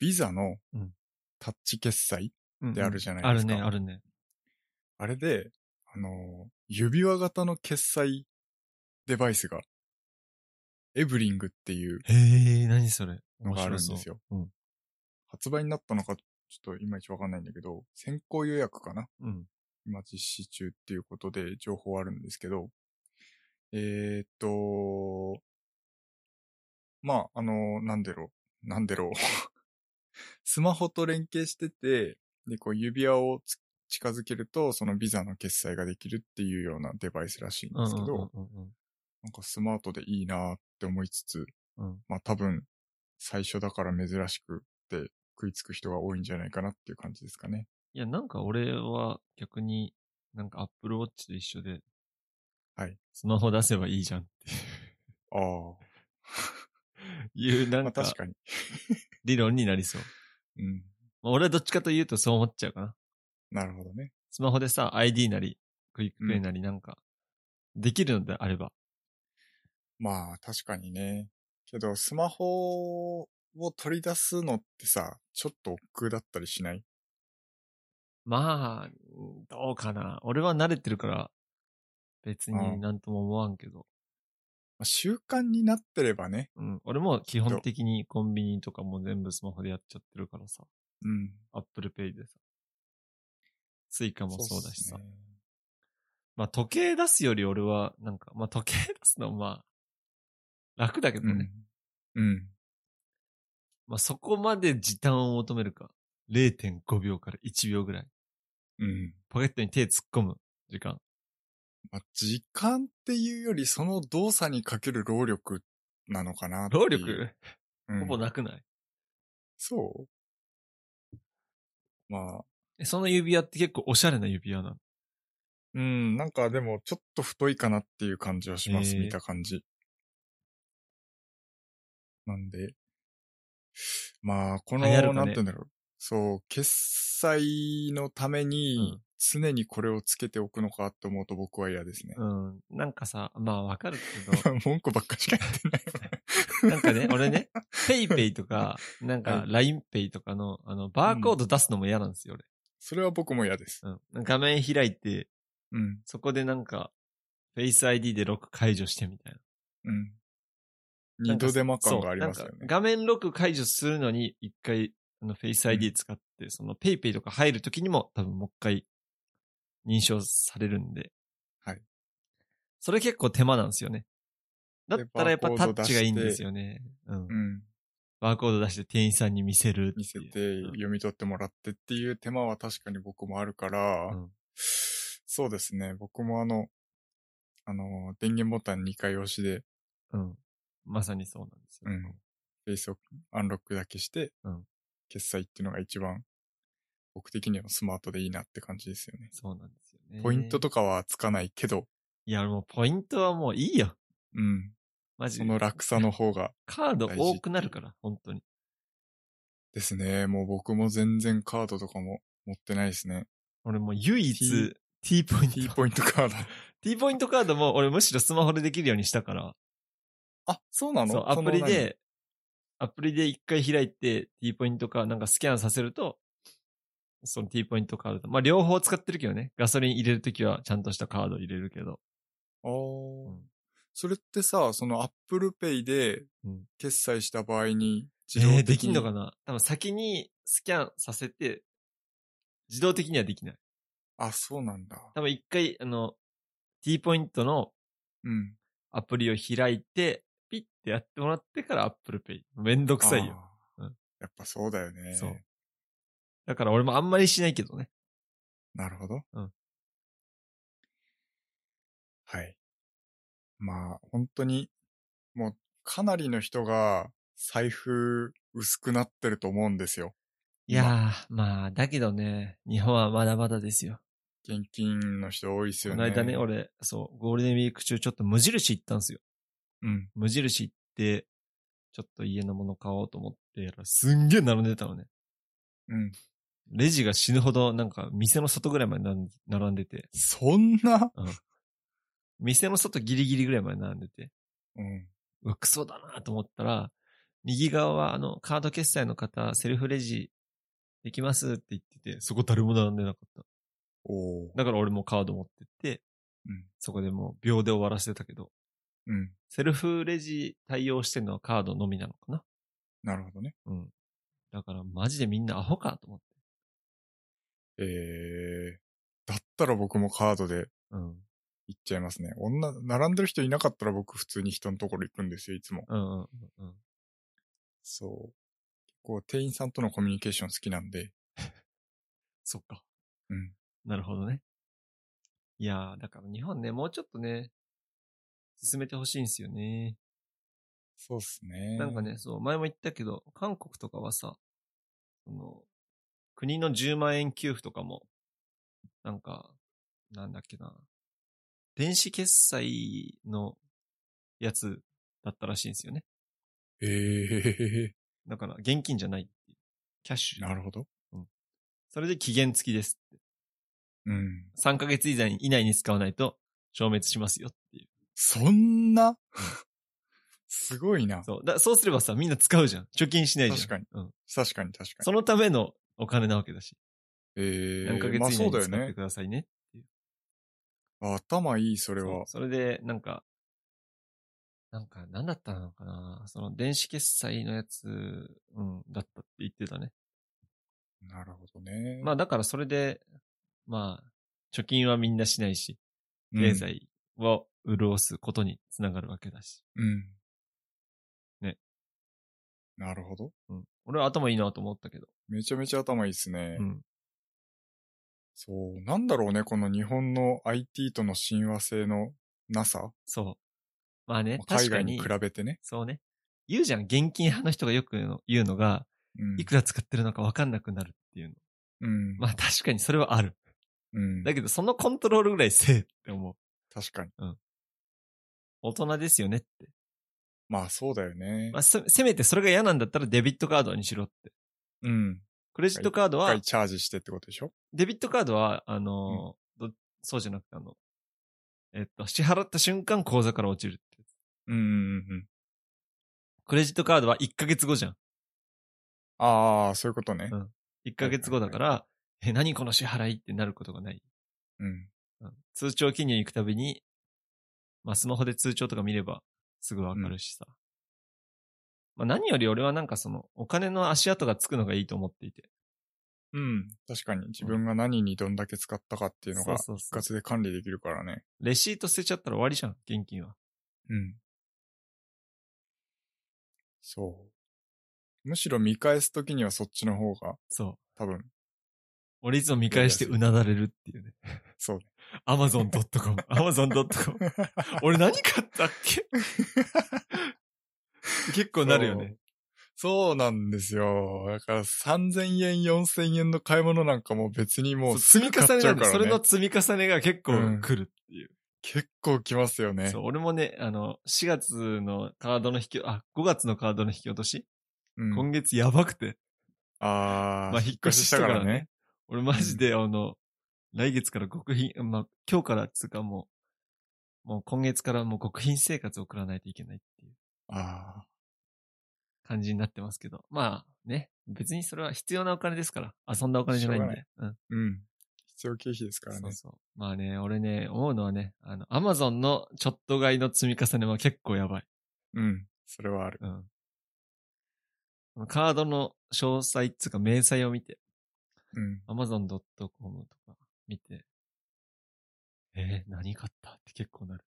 Speaker 2: ビザの
Speaker 1: うん
Speaker 2: タッチ決済、であるじゃ
Speaker 1: あ
Speaker 2: ないで
Speaker 1: る
Speaker 2: すか
Speaker 1: ね、あるね。
Speaker 2: あれで、あのー指輪型の決済デバイスが、エブリングっていう
Speaker 1: へえ、何それ。
Speaker 2: の
Speaker 1: 面
Speaker 2: があ
Speaker 1: 白
Speaker 2: るん
Speaker 1: そう
Speaker 2: ですよ。
Speaker 1: うん。
Speaker 2: 発売になったのかちょっといまいちわかんないんだけど、先行予約かな
Speaker 1: うん。
Speaker 2: 今実施中っていうことで情報あるんですけど、えー、っと、まあ、あの、なんでろう、なんでろう。 スマホと連携してて、で、こう指輪をつ近づけると、そのビザの決済ができるっていうようなデバイスらしいんですけど、
Speaker 1: うんうんうん
Speaker 2: なんかスマートでいいなーって思いつつ、
Speaker 1: うんうん。
Speaker 2: まあ多分、最初だから珍しくって食いつく人が多いんじゃないかなっていう感じですかね。
Speaker 1: いや、なんか俺は逆に、なんか Apple Watch と一緒で、
Speaker 2: はい。
Speaker 1: スマホ出せばいいじゃん って
Speaker 2: ああ。
Speaker 1: いう、な
Speaker 2: まあ
Speaker 1: んか
Speaker 2: 確、かに。
Speaker 1: 理論になりそう。
Speaker 2: うん。
Speaker 1: まあ俺はどっちかというとそう思っちゃうかな。
Speaker 2: なるほどね。
Speaker 1: スマホでさ、ID なり、クイックペイなりなんか、できるのであれば。
Speaker 2: まあ、確かにね。けど、スマホを取り出すのってさ、ちょっと億劫だったりしない
Speaker 1: まあ、うんどうかな。俺は慣れてるから、別
Speaker 2: う
Speaker 1: に
Speaker 2: ん
Speaker 1: なんとも思わんけど。
Speaker 2: まあ習慣になってればね。
Speaker 1: うん。俺も基本的にコンビニとかも全部スマホでやっちゃってるからさ。
Speaker 2: うん。
Speaker 1: Apple Pay でさ。スイカもそうだしさ。
Speaker 2: っすね
Speaker 1: まあ時計出すより俺は、なんか、まあ時計出すのはまあ、楽だけど
Speaker 2: う
Speaker 1: ね。
Speaker 2: ん。うん。
Speaker 1: まあそこまで時短を求めるか。0.5秒から1秒ぐらい。
Speaker 2: うん。
Speaker 1: ポケットに手突っ込む時間。
Speaker 2: まあ、時間っていうより、その動作にかける労力なのかなっていう
Speaker 1: 労力、
Speaker 2: うん
Speaker 1: ほぼなくない、
Speaker 2: そうまあ、
Speaker 1: えその指輪って結構おしゃれな指輪なの。
Speaker 2: うん、なんかでも、ちょっと太いかなっていう感じはします、
Speaker 1: へえ
Speaker 2: 見た感じ。なんで、まあ、この、
Speaker 1: 流行るかね
Speaker 2: なんて言うんだろう。そう、決済のため
Speaker 1: う
Speaker 2: に
Speaker 1: ん、
Speaker 2: 常にこれをつけておくのかと思うと僕は嫌ですね。
Speaker 1: うん。なんかさ、まあわかる け
Speaker 2: 文句ばっかしか言ってない。
Speaker 1: ど、なんかね、俺ね、ペイペイとか、なんか
Speaker 2: は
Speaker 1: LINEPay とかの、あの、バーコード出すのも嫌なんですよ、
Speaker 2: それは僕も嫌です。
Speaker 1: 俺。うん。画面開いて、
Speaker 2: うん、
Speaker 1: そこでなんか、フェイス ID でロック解除してみたいな。
Speaker 2: うん。二度手間感がありますよ
Speaker 1: そうな
Speaker 2: ね
Speaker 1: ん。か画面ロック解除するのに、一回、あの、フェイス ID 使って、その、ペイペイとか入るときにも、多分もう一回、認証されるんで。
Speaker 2: はい。
Speaker 1: それ結構手間なんですよね。だったらやっぱ
Speaker 2: で
Speaker 1: タ
Speaker 2: バーコード
Speaker 1: ッチがいいんですよね。うん
Speaker 2: う。ん。
Speaker 1: バーコード出して店員さんに見せるっていう。
Speaker 2: 見せて、
Speaker 1: うん
Speaker 2: 読み取ってもらってっていう手間は確かに僕もあるから、
Speaker 1: うん
Speaker 2: そうですね。僕もあの、あの、電源ボタン2回押しで、
Speaker 1: うん。まさにそうなんですよ。
Speaker 2: うん。フェイスをアンロックだけして、
Speaker 1: うん
Speaker 2: 決済っていうのが一番、僕的にはスマートでいいなって感じですよね。
Speaker 1: そうなんですよね。
Speaker 2: ポイントとかはつかないけど、
Speaker 1: いや、もうポイントはもういいよ。
Speaker 2: うん。
Speaker 1: マジ
Speaker 2: そ
Speaker 1: で。
Speaker 2: の楽さの方が、
Speaker 1: カード多くなるから、本当に。
Speaker 2: ですね。もう僕も全然カードとかも持ってないですね。
Speaker 1: 俺もう唯一 T
Speaker 2: T-
Speaker 1: ポイント
Speaker 2: T。ポイントカード。
Speaker 1: T ポイントカードも俺むしろスマホでできるようにしたから。
Speaker 2: あ、そうなの
Speaker 1: そう、アプリ。で、アプリで一回開いて T ポイントか、なんかスキャンさせると、その T ポイントカードと。まあ両方使ってるけどね。ガソリン入れるときはちゃんとしたカード入れるけど。
Speaker 2: その何あ
Speaker 1: う
Speaker 2: ー
Speaker 1: ん
Speaker 2: それってさ、その Apple Pay で
Speaker 1: うん
Speaker 2: 決済した場合に、
Speaker 1: え
Speaker 2: 自動的に、
Speaker 1: ーできんのかな多分先にスキャンさせて、自動的にはできない。
Speaker 2: あ、そうなんだ。
Speaker 1: 多分一回、あの、T ポイントの
Speaker 2: うん。
Speaker 1: アプリを開いて、ピッてやってもらってから Apple Pay。めんどくさいよ。
Speaker 2: あー
Speaker 1: うん
Speaker 2: やっぱそうだよね。
Speaker 1: そうだから俺もあんまりしないけどね。
Speaker 2: なるほど。
Speaker 1: うん
Speaker 2: はい。まあ、本当に、もう、かなりの人が財布薄くなってると思うんですよ。
Speaker 1: いやー、まあ、だけどね、日本はまだまだですよ。
Speaker 2: 現金の人多いですよ
Speaker 1: こ
Speaker 2: ね。
Speaker 1: の間ね、俺、そう、ゴールデンウィーク中ちょっと無印行ったんですよ。
Speaker 2: うん。
Speaker 1: 無印行って、ちょっと家のもの買おうと思ってやら、すんげえ並んでたのね。
Speaker 2: うん。
Speaker 1: レジが死ぬほど、なんか、店の外ぐらいまで並ん並んでて、
Speaker 2: そんな
Speaker 1: 店の外ギリギリぐらいまで並んでて、
Speaker 2: うん。
Speaker 1: うわ、クソだなと思ったら、右側はあの、カード決済の方、セルフレジできますって言ってて、そこ誰も並んでなかった。
Speaker 2: おー
Speaker 1: だから俺もカード持ってって、
Speaker 2: うん
Speaker 1: そこでもう秒で終わらせてたけど、
Speaker 2: うん。
Speaker 1: セルフレジ対応してるのはカードのみなのかな
Speaker 2: なるほどね。
Speaker 1: うん。だからマジでみんなアホかと思って。
Speaker 2: えー。だったら僕もカードで
Speaker 1: うん。
Speaker 2: 行っちゃいますね。女、並んでる人いなかったら僕普通に人のところ行くんですよ、いつも。
Speaker 1: うんうんうんうん。
Speaker 2: そう。結構店員さんとのコミュニケーション好きなんで。
Speaker 1: そっか。
Speaker 2: うん。
Speaker 1: なるほどね。いやー、だから日本ね、もうちょっとね、進めてほしいんですよね。
Speaker 2: そうっすね。
Speaker 1: なんかね、そう、前も言ったけど、韓国とかはさ、その、国の10万円給付とかも、なんか、なんだっけな、電子決済のやつだったらしいんですよね。
Speaker 2: ええ
Speaker 1: だから、現金じゃないっていうキャッシ
Speaker 2: ー、
Speaker 1: ュ。
Speaker 2: なるほど。
Speaker 1: それで期限付きですって。
Speaker 2: うん。
Speaker 1: 3ヶ月以内以内に使わないと消滅しますよっていう。
Speaker 2: そんな すごいな。
Speaker 1: そう。だそうすればさ、みんな使うじゃん。貯金しないじゃん。
Speaker 2: 確かに。
Speaker 1: うん。
Speaker 2: 確かに確かに。
Speaker 1: そのためのお金なわけだし。
Speaker 2: えー、
Speaker 1: 何ヶ月以
Speaker 2: まあ
Speaker 1: 内
Speaker 2: そうだ
Speaker 1: に
Speaker 2: よ
Speaker 1: 使って
Speaker 2: ね。
Speaker 1: くださいね。
Speaker 2: 頭いい、それ
Speaker 1: そう
Speaker 2: は。
Speaker 1: それで、なんか、なんか、なんだったのかなその、電子決済のやつ、うん、だったって言ってたね。
Speaker 2: なるほどね。
Speaker 1: まあ、だからそれで、まあ、貯金はみんなしないし、経済を潤すことにつながるわけだし。
Speaker 2: うん。うん。
Speaker 1: ね。
Speaker 2: なるほど。
Speaker 1: うん。俺は頭いいなと思ったけど。
Speaker 2: めちゃめちゃ頭いいですね。
Speaker 1: うん。
Speaker 2: そう。なんだろうね、この日本の IT との親和性のなさ。
Speaker 1: そう。まあね、
Speaker 2: 海
Speaker 1: 確か
Speaker 2: 外
Speaker 1: に
Speaker 2: に比、べてね。
Speaker 1: そうね。言うじゃん、現金派の人がよくの言うのが、
Speaker 2: うん
Speaker 1: いくら使ってるのかわかんなくなるっていうの。
Speaker 2: うん。
Speaker 1: まあ確かにそれはある。
Speaker 2: うん。
Speaker 1: だけど、そのコントロールぐらいせえって思う。
Speaker 2: 確かに。
Speaker 1: 大人ですよねって。
Speaker 2: まあそうだよね。
Speaker 1: まあ、せせめてそれが嫌なんだったらデビットカードにしろって。
Speaker 2: うん。
Speaker 1: クレジットカード
Speaker 2: 一
Speaker 1: は
Speaker 2: 回、チャージしてってことでしょ
Speaker 1: デビットカードは、あのーどそうじゃなくてあの、えっと、支払った瞬間口座から落ちるって。
Speaker 2: うんうんうん。
Speaker 1: クレジットカードは1ヶ月後じゃん。
Speaker 2: ああ、そういうことね。
Speaker 1: 1ヶ月後だから、え、何この支払いってなることがない。
Speaker 2: うん。
Speaker 1: うん通帳記入行くたびに、まあ、スマホで通帳とか見ればすぐわかるしさ。まあ、何より俺はなんかその、お金の足跡がつくのがいいと思っていて。
Speaker 2: うん。確かに自分が何にどんだけ使ったかっていうのが、
Speaker 1: そうそう
Speaker 2: 一
Speaker 1: そう
Speaker 2: 括で管理できるからね。
Speaker 1: レシート捨てちゃったら終わりじゃん、現金は。
Speaker 2: うん。そう。むしろ見返すときにはそっちの方が、
Speaker 1: そう。
Speaker 2: 多分、
Speaker 1: 俺いつも見返してうなだれるっていうね。
Speaker 2: そう。
Speaker 1: amazon.com。amazon.com。俺何買ったっけ結構なるよね。
Speaker 2: そう。そうなんですよ。だから3000円、4000円の買い物なんかもう別にもう
Speaker 1: そう積み重
Speaker 2: 買っ
Speaker 1: ね
Speaker 2: ちゃ
Speaker 1: な
Speaker 2: うんか
Speaker 1: で、
Speaker 2: らね
Speaker 1: それの積み重ねが結構来るっていう。
Speaker 2: 結構きますよね
Speaker 1: そう。俺もね、あの、4月のカードの引き、あ、5月のカードの引き落とし、
Speaker 2: うん
Speaker 1: 今月やばくて。
Speaker 2: あー、
Speaker 1: まあ、引っ越ししたからね。。俺マジで、あの、来月から極貧、まあ、今日からっつうかもう、もう今月からもう極貧生活を送らないといけないっていう
Speaker 2: あ
Speaker 1: 感じになってますけど。まあ、ね。別にそれは必要なお金ですから。遊んだお金じゃないんで。うん。
Speaker 2: ー、うん。必要経費ですから
Speaker 1: そう
Speaker 2: ね。
Speaker 1: そう。まあね、俺ね、思うのはね、あの、アマゾンのちょっと買いの積み重ねは結構やばい。
Speaker 2: うん。それはある。
Speaker 1: うん。カードの詳細っつうか、明細を見て、
Speaker 2: うん。
Speaker 1: amazon.com とか見て、えー何買ったって結構なる。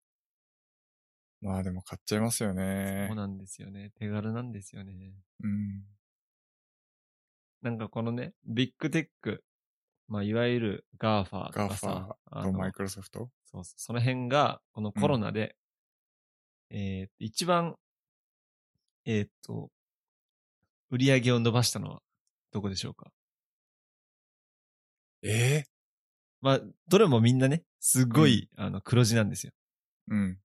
Speaker 2: まあでも買っちゃいますよね
Speaker 1: そう。なんですよね。手軽なんですよね。
Speaker 2: うん。
Speaker 1: なんかこのね、ビッグテック、まあ、いわゆる GAFA とかさ、あ
Speaker 2: と、
Speaker 1: の
Speaker 2: マイクロソフト
Speaker 1: そうそうその辺が、このコロナで、えー一番、えーっと、売り上げを伸ばしたのはどこでしょうか
Speaker 2: ええ
Speaker 1: まあ、どれもみんなね、すごい、あの、黒字なんですよ。
Speaker 2: うん。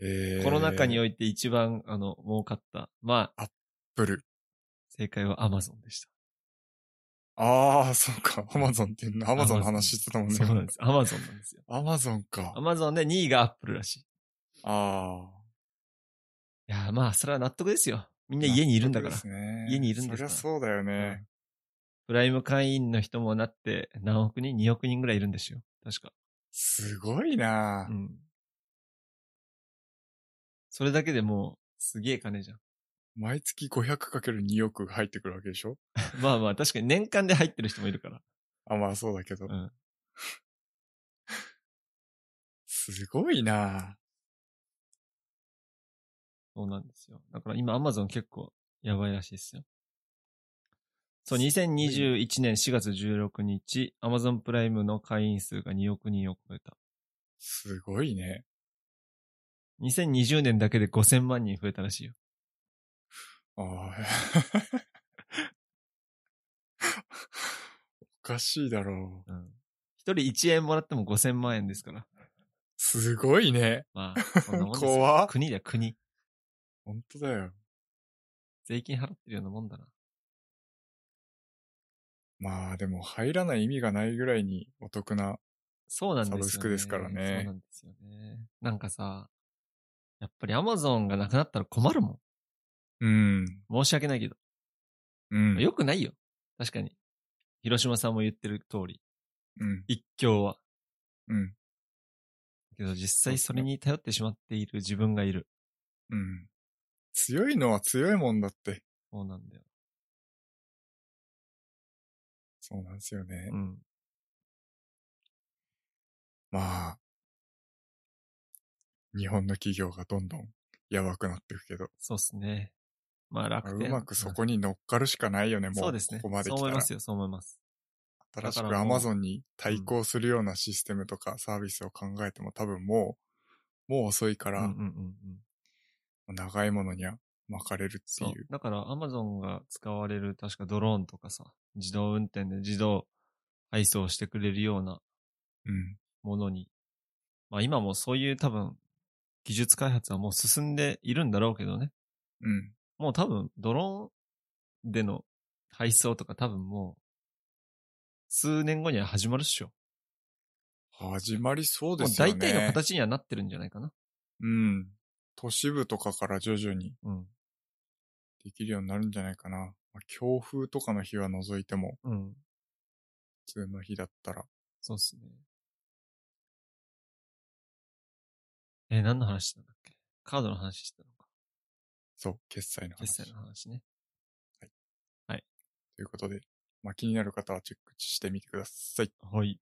Speaker 2: ええ
Speaker 1: コロナ禍に
Speaker 2: アッ
Speaker 1: おいて一番、あの、儲かった。まあ、
Speaker 2: プル。
Speaker 1: 正解は Amazon でした。
Speaker 2: ああ、そうか。アマゾンっていうの、アマゾンの話してたもんね。
Speaker 1: そうなんです。Amazon なんですよ。
Speaker 2: アマゾンか。
Speaker 1: Amazon で2位が Apple らしい。い
Speaker 2: ああ。
Speaker 1: やー、まあ、それは納得ですよ。みんな家にいるんだから
Speaker 2: 納。得ですね
Speaker 1: 家にいるんですから
Speaker 2: そりゃそうだよね。
Speaker 1: プライム会員の人もなって、何億人 ?2 億人ぐらいいるんですよ。確か。
Speaker 2: すごいなあ、
Speaker 1: うん。それだけでもう、すげえ金じゃん。
Speaker 2: 毎月 500×2 億入ってくるわけでしょ
Speaker 1: まあまあ、確かに年間で入ってる人もいるから。
Speaker 2: あ、まあそうだけど。
Speaker 1: うん。
Speaker 2: すごいなあ
Speaker 1: そうなんですよ。だから今 Amazon 結構やばいらしいですよ。そう、2021年4月16日、Amazon プライムの会員数が2億人を超えた。
Speaker 2: すごいね。
Speaker 1: 2020年だけで5000万人増えたらしいよ。
Speaker 2: ああ。 おかしいだろう。
Speaker 1: うん。一人1円もらっても5000万円ですから。
Speaker 2: すごいね。
Speaker 1: まあ、そんなもんですよ
Speaker 2: 怖っ
Speaker 1: 国だよ、国。
Speaker 2: ほんとだよ。
Speaker 1: 税金払ってるようなもんだな。
Speaker 2: まあでも入らない意味がないぐらいにお得な。
Speaker 1: そうなんですよ、ね。
Speaker 2: サブスクですからね
Speaker 1: そうなんですよね。なんかさ、やっぱり Amazon がなくなったら困るも
Speaker 2: うん。
Speaker 1: ん。申し訳ないけど。
Speaker 2: うん。
Speaker 1: よくないよ。確かに。広島さんも言ってる通り。
Speaker 2: うん。
Speaker 1: 一強は。
Speaker 2: うん。
Speaker 1: けど実際それに頼ってしまっている自分がいる。
Speaker 2: うん。強いのは強いもんだって。
Speaker 1: そうなんだよ。
Speaker 2: そうなんですよね。
Speaker 1: うん。
Speaker 2: まあ。日本の企業がどんどんやばくなっていくけど、
Speaker 1: そうっすね。まあ
Speaker 2: まあ
Speaker 1: 楽
Speaker 2: う
Speaker 1: 天。
Speaker 2: まくそ
Speaker 1: に
Speaker 2: こに乗っかるしかないよね、もう。
Speaker 1: そうですね。
Speaker 2: ここまで
Speaker 1: そう
Speaker 2: 来
Speaker 1: 思
Speaker 2: た
Speaker 1: い
Speaker 2: ら
Speaker 1: ま。すよ、そう思います。
Speaker 2: 新し
Speaker 1: だ
Speaker 2: く
Speaker 1: からもう
Speaker 2: Amazon に対抗するようなシステムとかサービスを考えても多分もう、もう遅いか
Speaker 1: うんうんう
Speaker 2: ら、
Speaker 1: んうん。
Speaker 2: 長いものには巻かれるって
Speaker 1: そう
Speaker 2: いう。。
Speaker 1: だから Amazon が使われる確かドローンとかさ、自動運転で自動配送してくれるような
Speaker 2: うん。
Speaker 1: ものに、まあ今もそういう多分技術開発はもう進んでいるんだろうけどね。
Speaker 2: うん。
Speaker 1: もう多分ドローンでの配送とか多分もう数年後には始まるっしょ。
Speaker 2: 始まりそうで
Speaker 1: もう
Speaker 2: すよね。
Speaker 1: 大体の形にはなってるんじゃないかな。
Speaker 2: うん。都市部とかから徐々に
Speaker 1: うん。
Speaker 2: できるようになるんじゃないかな。まあ、強風とかの日は除いても、
Speaker 1: うん。
Speaker 2: 普通の日だったら。
Speaker 1: そうっすね。えー何の話してたんだっけカードの話してたのか。
Speaker 2: そう、決済の話。
Speaker 1: 決済の話ね。
Speaker 2: ということで、まあ、気になる方はチェックしてみてください。
Speaker 1: はい。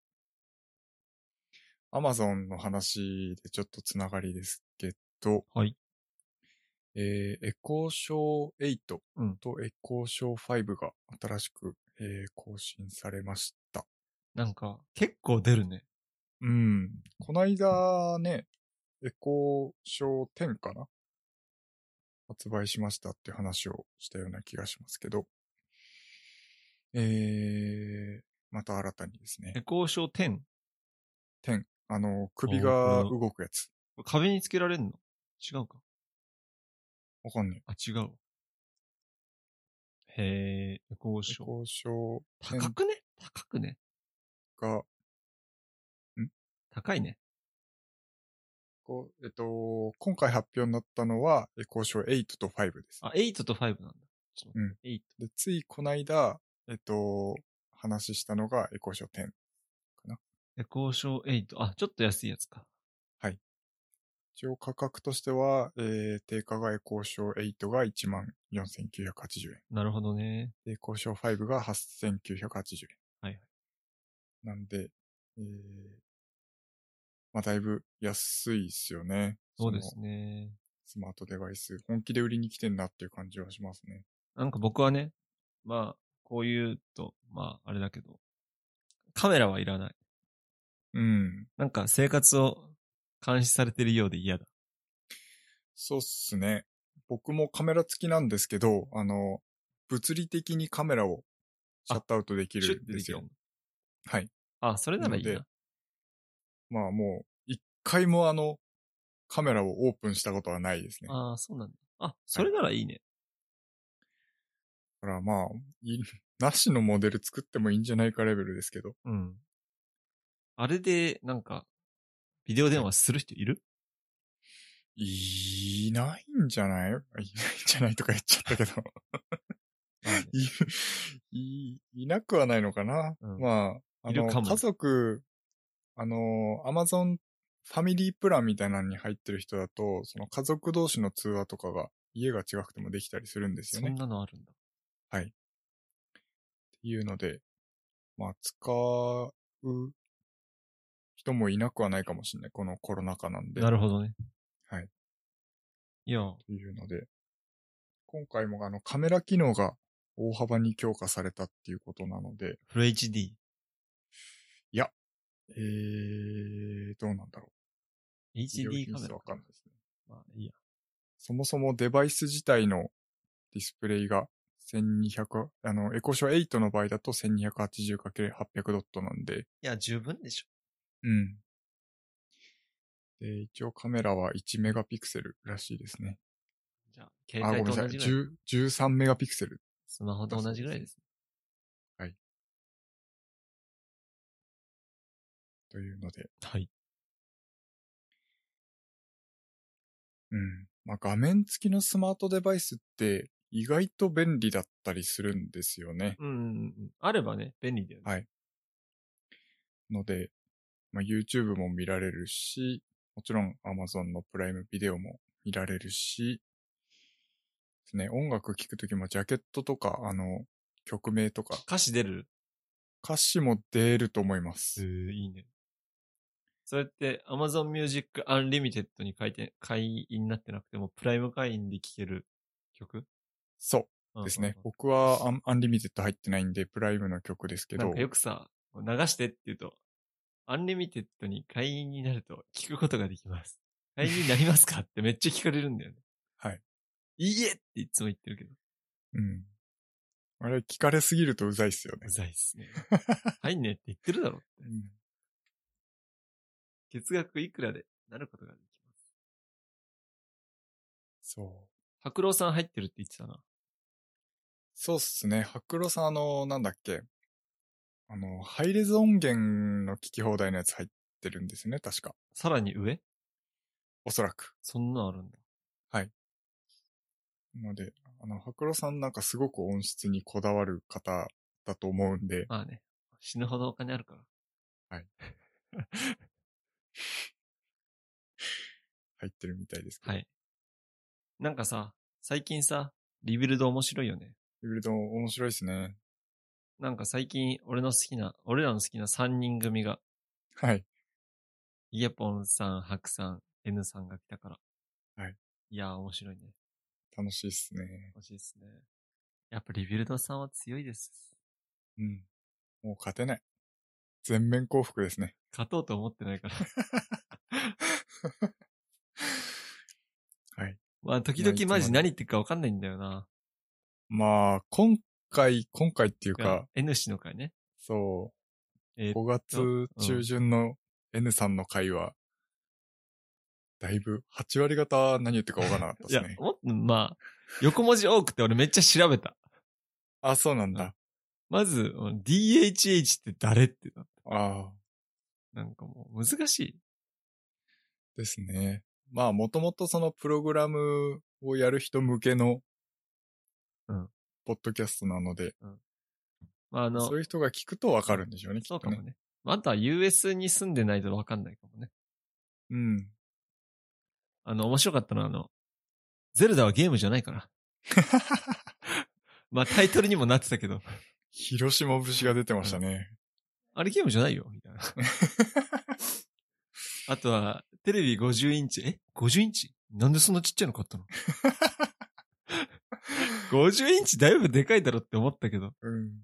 Speaker 2: アマゾンの話でちょっとつながりですけど、
Speaker 1: はい。
Speaker 2: えーエコーショー
Speaker 1: うん
Speaker 2: 8とエコーショー5が新しく、えー更新されました。
Speaker 1: なんか、結構出るね。
Speaker 2: うん。こないだね、エコーショー10かな発売しましたって話をしたような気がしますけど、えー、また新たにですね、
Speaker 1: エコーショー10。
Speaker 2: 10、あの、首が
Speaker 1: おー
Speaker 2: 動くやつ。
Speaker 1: 壁につけられんの違うか。
Speaker 2: わかんない。
Speaker 1: あ、違うわ。へえ、エコー
Speaker 2: エ
Speaker 1: ショー。
Speaker 2: コーショー
Speaker 1: 高
Speaker 2: 10
Speaker 1: くね高くね
Speaker 2: が、
Speaker 1: 高いね。
Speaker 2: こうえっと、今回発表になったのは、エコーショー8と5です。
Speaker 1: あ、8と5なんだ。ちょっと待って8。
Speaker 2: で、ついこないだ、えっと、話したのがエコーショー10。
Speaker 1: エコーショー8。あ、ちょっと安いやつか。
Speaker 2: 一応価格としては、えー、定価がエコーショー8が14,980円。
Speaker 1: なるほどね。
Speaker 2: エコーショー5が8,980円。
Speaker 1: はいはい。
Speaker 2: なんで、えー、まあ、だいぶ安いですよね。
Speaker 1: そうですね。
Speaker 2: その。スマートデバイス、本気で売りに来てんなっていう感じはしますね。
Speaker 1: なんか僕はね、まあ、こういうと、まあ、あれだけど、カメラはいらない。
Speaker 2: うん。
Speaker 1: なんか生活を監視されてるようで嫌だ。
Speaker 2: そうっすね。僕もカメラ付きなんですけど、あの、物理的にカメラをシャットアウトでき
Speaker 1: シュ
Speaker 2: る
Speaker 1: ッ
Speaker 2: ん
Speaker 1: て
Speaker 2: で
Speaker 1: ですき
Speaker 2: よ
Speaker 1: る。の
Speaker 2: はい。
Speaker 1: あ、それならいい
Speaker 2: なの
Speaker 1: な。
Speaker 2: まあもう、一回もあの、カメラをオープンしたことはないですね。だ
Speaker 1: ああ、そうなんだ。あ、それならいいね。
Speaker 2: からまあ、いなしのモデル作ってもいいんじゃないかレベルですけど。
Speaker 1: うん。あれで、なんか、ビデオ電話する人いる
Speaker 2: いないんじゃないあいないんじゃないとか言っちゃった けど。
Speaker 1: まあね
Speaker 2: いい、いなくはないのかな、
Speaker 1: うん
Speaker 2: まあ、あ
Speaker 1: いる
Speaker 2: の、
Speaker 1: かも
Speaker 2: 家族、あの、アマゾンファミリープランみたいなのに入ってる人だと、その家族同士の通話とかが家が違くてもできたりするんですよ
Speaker 1: そ
Speaker 2: ね。
Speaker 1: ん
Speaker 2: っ
Speaker 1: なのあるんだ。
Speaker 2: ていうので、まあ、使う人もいなくはないかもしれない。このコロナ禍なんで。
Speaker 1: なるほどね。
Speaker 2: はい。
Speaker 1: いや、
Speaker 2: というので、今回もあのカメラ機能が大幅に強化されたっていうことなので、
Speaker 1: フル HD。
Speaker 2: えー、どうなんだろう。
Speaker 1: HD カメ
Speaker 2: 良品質
Speaker 1: ラ
Speaker 2: わかんないですね。
Speaker 1: まあ、いいや。
Speaker 2: そもそもデバイス自体のディスプレイが1200、あの、エコショー8の場合だと 1280×800 ドットなんで、
Speaker 1: いや、十分でしょ。
Speaker 2: うん。で、一応カメラは1メガピクセルらしいですね。
Speaker 1: じゃあ、
Speaker 2: あ、
Speaker 1: 携
Speaker 2: ごめん
Speaker 1: 帯と
Speaker 2: なさ
Speaker 1: 同
Speaker 2: い。
Speaker 1: じぐらい。
Speaker 2: 10 13メガピクセル。
Speaker 1: スマホと同じぐらいです。
Speaker 2: というので、
Speaker 1: はい。
Speaker 2: うん。まあ、画面付きのスマートデバイスって意外と便利だったりするんですよね。
Speaker 1: うんうんうん。あればね、便利だよね。
Speaker 2: はいので、まあ、YouTube も見られるし、もちろん Amazon のプライムビデオも見られるし、ですね、音楽聴くときもジャケットとか、あの、曲名とか、
Speaker 1: 歌詞出る
Speaker 2: 歌詞も出ると思います。
Speaker 1: ー、いいね。それって Amazon Music Unlimited に書いて、会員になってなくても、プライム会員で聴ける曲
Speaker 2: そううんですね。
Speaker 1: うん
Speaker 2: 僕はアンアンリミテッド入ってないんで、プライムの曲ですけ
Speaker 1: な
Speaker 2: ど
Speaker 1: んか、よくさ、流してって言うと、アンリミテッドに会員になると聞くことができ ます。会員になりますかってめっちゃ聞かれるんだよね。
Speaker 2: はい。
Speaker 1: いいえっていつも言ってるけど。
Speaker 2: うん。あれ、聞かれすぎるとうざいっすよね
Speaker 1: う。ざいっす ね。入んねえって言ってるだろって。
Speaker 2: うん
Speaker 1: 月額いくらでなることができます。
Speaker 2: そう。
Speaker 1: 白郎さん入ってるって言ってたな。
Speaker 2: そうっすね。白黒さん、あの、なんだっけ。あの、ハイレゾ音源の聞き放題のやつ入ってるんですよね、確か。
Speaker 1: さらに上
Speaker 2: おそらく。
Speaker 1: そんなのあるんだ。
Speaker 2: ので、あの、白黒さんなんかすごく音質にこだわる方だと思うんで、
Speaker 1: まあね。死ぬほどお金あるから。
Speaker 2: 入ってるみたいですけど、
Speaker 1: はい。なんかさ、最近さ、リビルド面白いよね。
Speaker 2: リビルド面白いですね。
Speaker 1: なんか最近、俺の好きな、俺らの好きな3人組が、
Speaker 2: はい。
Speaker 1: イエポンさん、ハクさん、N さんが来たから。
Speaker 2: はい。
Speaker 1: いやー、面白いね。
Speaker 2: 楽しいっすね。
Speaker 1: 欲しいですね。やっぱリビルドさんは強いです。
Speaker 2: うん。もう勝てない。全面降伏ですね。
Speaker 1: 勝とうと思ってないから。
Speaker 2: はい。
Speaker 1: まあ、時々マジ何言ってるか分かんないんだよな。
Speaker 2: まあ、今回、今回っていうか、
Speaker 1: N 氏の会ね。
Speaker 2: そ
Speaker 1: え
Speaker 2: う、
Speaker 1: ー
Speaker 2: 5月中旬の N さんの回は、だいぶ、8割方何言ってるか分からなかった
Speaker 1: い
Speaker 2: で
Speaker 1: や
Speaker 2: すね、。
Speaker 1: もっと、まあ、横文字多くて俺めっちゃ調べた。
Speaker 2: あ、そうなんだ。
Speaker 1: まず、うん DHH って誰ってなって。
Speaker 2: ああ、
Speaker 1: なんかもう難しい。
Speaker 2: ですね。まあ、もともとそのプログラムをやる人向けの
Speaker 1: うん、
Speaker 2: ポッドキャストなので、
Speaker 1: まあ、あの、
Speaker 2: そういう人が聞くと分かるんでしょうね、き
Speaker 1: そう
Speaker 2: っ
Speaker 1: か
Speaker 2: と
Speaker 1: も
Speaker 2: ね。
Speaker 1: ね。あとは US に住んでないと分かんないかもね。
Speaker 2: うん。
Speaker 1: あの、面白かったのはあの、ゼルダはゲームじゃない から。まあ、タイトルにもなってたけど、
Speaker 2: 広島節が出てましたね。
Speaker 1: あれゲームじゃないよ、み たいな。あとは、テレビ50インチ。え ?50 インチなんでそんなちっちゃいの買 ったの ?50 インチだいぶでかいだろって思ったけど。
Speaker 2: うん。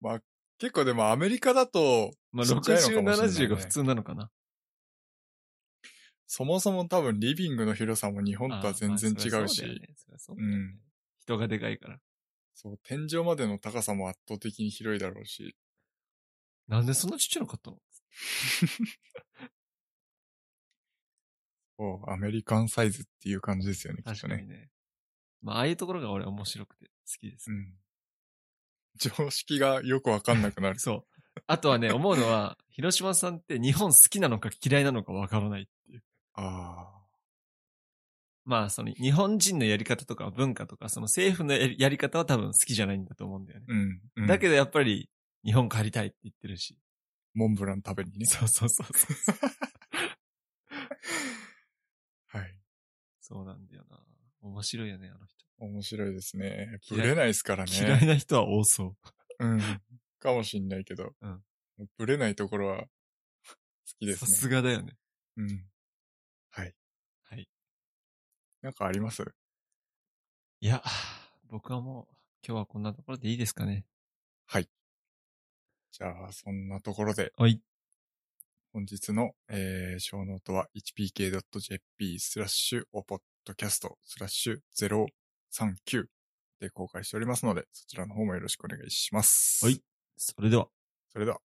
Speaker 2: まあ、結構でもアメリカだと、
Speaker 1: まあ、
Speaker 2: ちっちゃいのかもし
Speaker 1: 60、
Speaker 2: れないね
Speaker 1: 70が普通なのかな。
Speaker 2: そもそも多分リビングの広さも日本とは全然違
Speaker 1: あーまあ
Speaker 2: う
Speaker 1: そ
Speaker 2: し、
Speaker 1: りゃそうだよねそりゃそうだよね
Speaker 2: うん
Speaker 1: 人がでかいから。
Speaker 2: そう、天井までの高さも圧倒的に広いだろうし、
Speaker 1: なんでそんなちっちゃいの買ったの
Speaker 2: そうアメリカンサイズっていう感じですよね、きっ
Speaker 1: 確
Speaker 2: と
Speaker 1: か
Speaker 2: ね
Speaker 1: に。ね。まあ、ああいうところが俺は面白くて好きです
Speaker 2: う。ん。常識がよくわかんな くなる。
Speaker 1: そう。あとはね、思うのは、 広島さんって日本好きなのか嫌いなのかわからないっていう。
Speaker 2: ああ。
Speaker 1: まあ、その日本人のやり方とか文化とか、その政府のやりやり方は多分好きじゃないんだと思うんだよね。
Speaker 2: うん。うん
Speaker 1: だけどやっぱり日本帰りたいって言ってるし。
Speaker 2: モンブラン食べにね。
Speaker 1: そうそうそうそう。
Speaker 2: はい。
Speaker 1: そうなんだよな。面白いよね、あの人。
Speaker 2: 面白いですね。
Speaker 1: 嫌
Speaker 2: ぶ
Speaker 1: い
Speaker 2: れないですからね。
Speaker 1: 嫌いな人は多そう。
Speaker 2: うん。かもしんないけど。
Speaker 1: うん
Speaker 2: ぶれないところは好きです
Speaker 1: さ
Speaker 2: ね。
Speaker 1: すがだよね。
Speaker 2: うん。はい。
Speaker 1: はい。
Speaker 2: なんかあります
Speaker 1: いや、僕はもう今日はこんなところでいいですかね。
Speaker 2: じゃあ、そんなところで、
Speaker 1: はい。
Speaker 2: 本日の、えー、小ノートは hpk.jp スラッシュおポッドキャストスラッシュ039で公開しておりますので、そちらの方もよろしくお願いします。
Speaker 1: はい。それでは。
Speaker 2: それでは。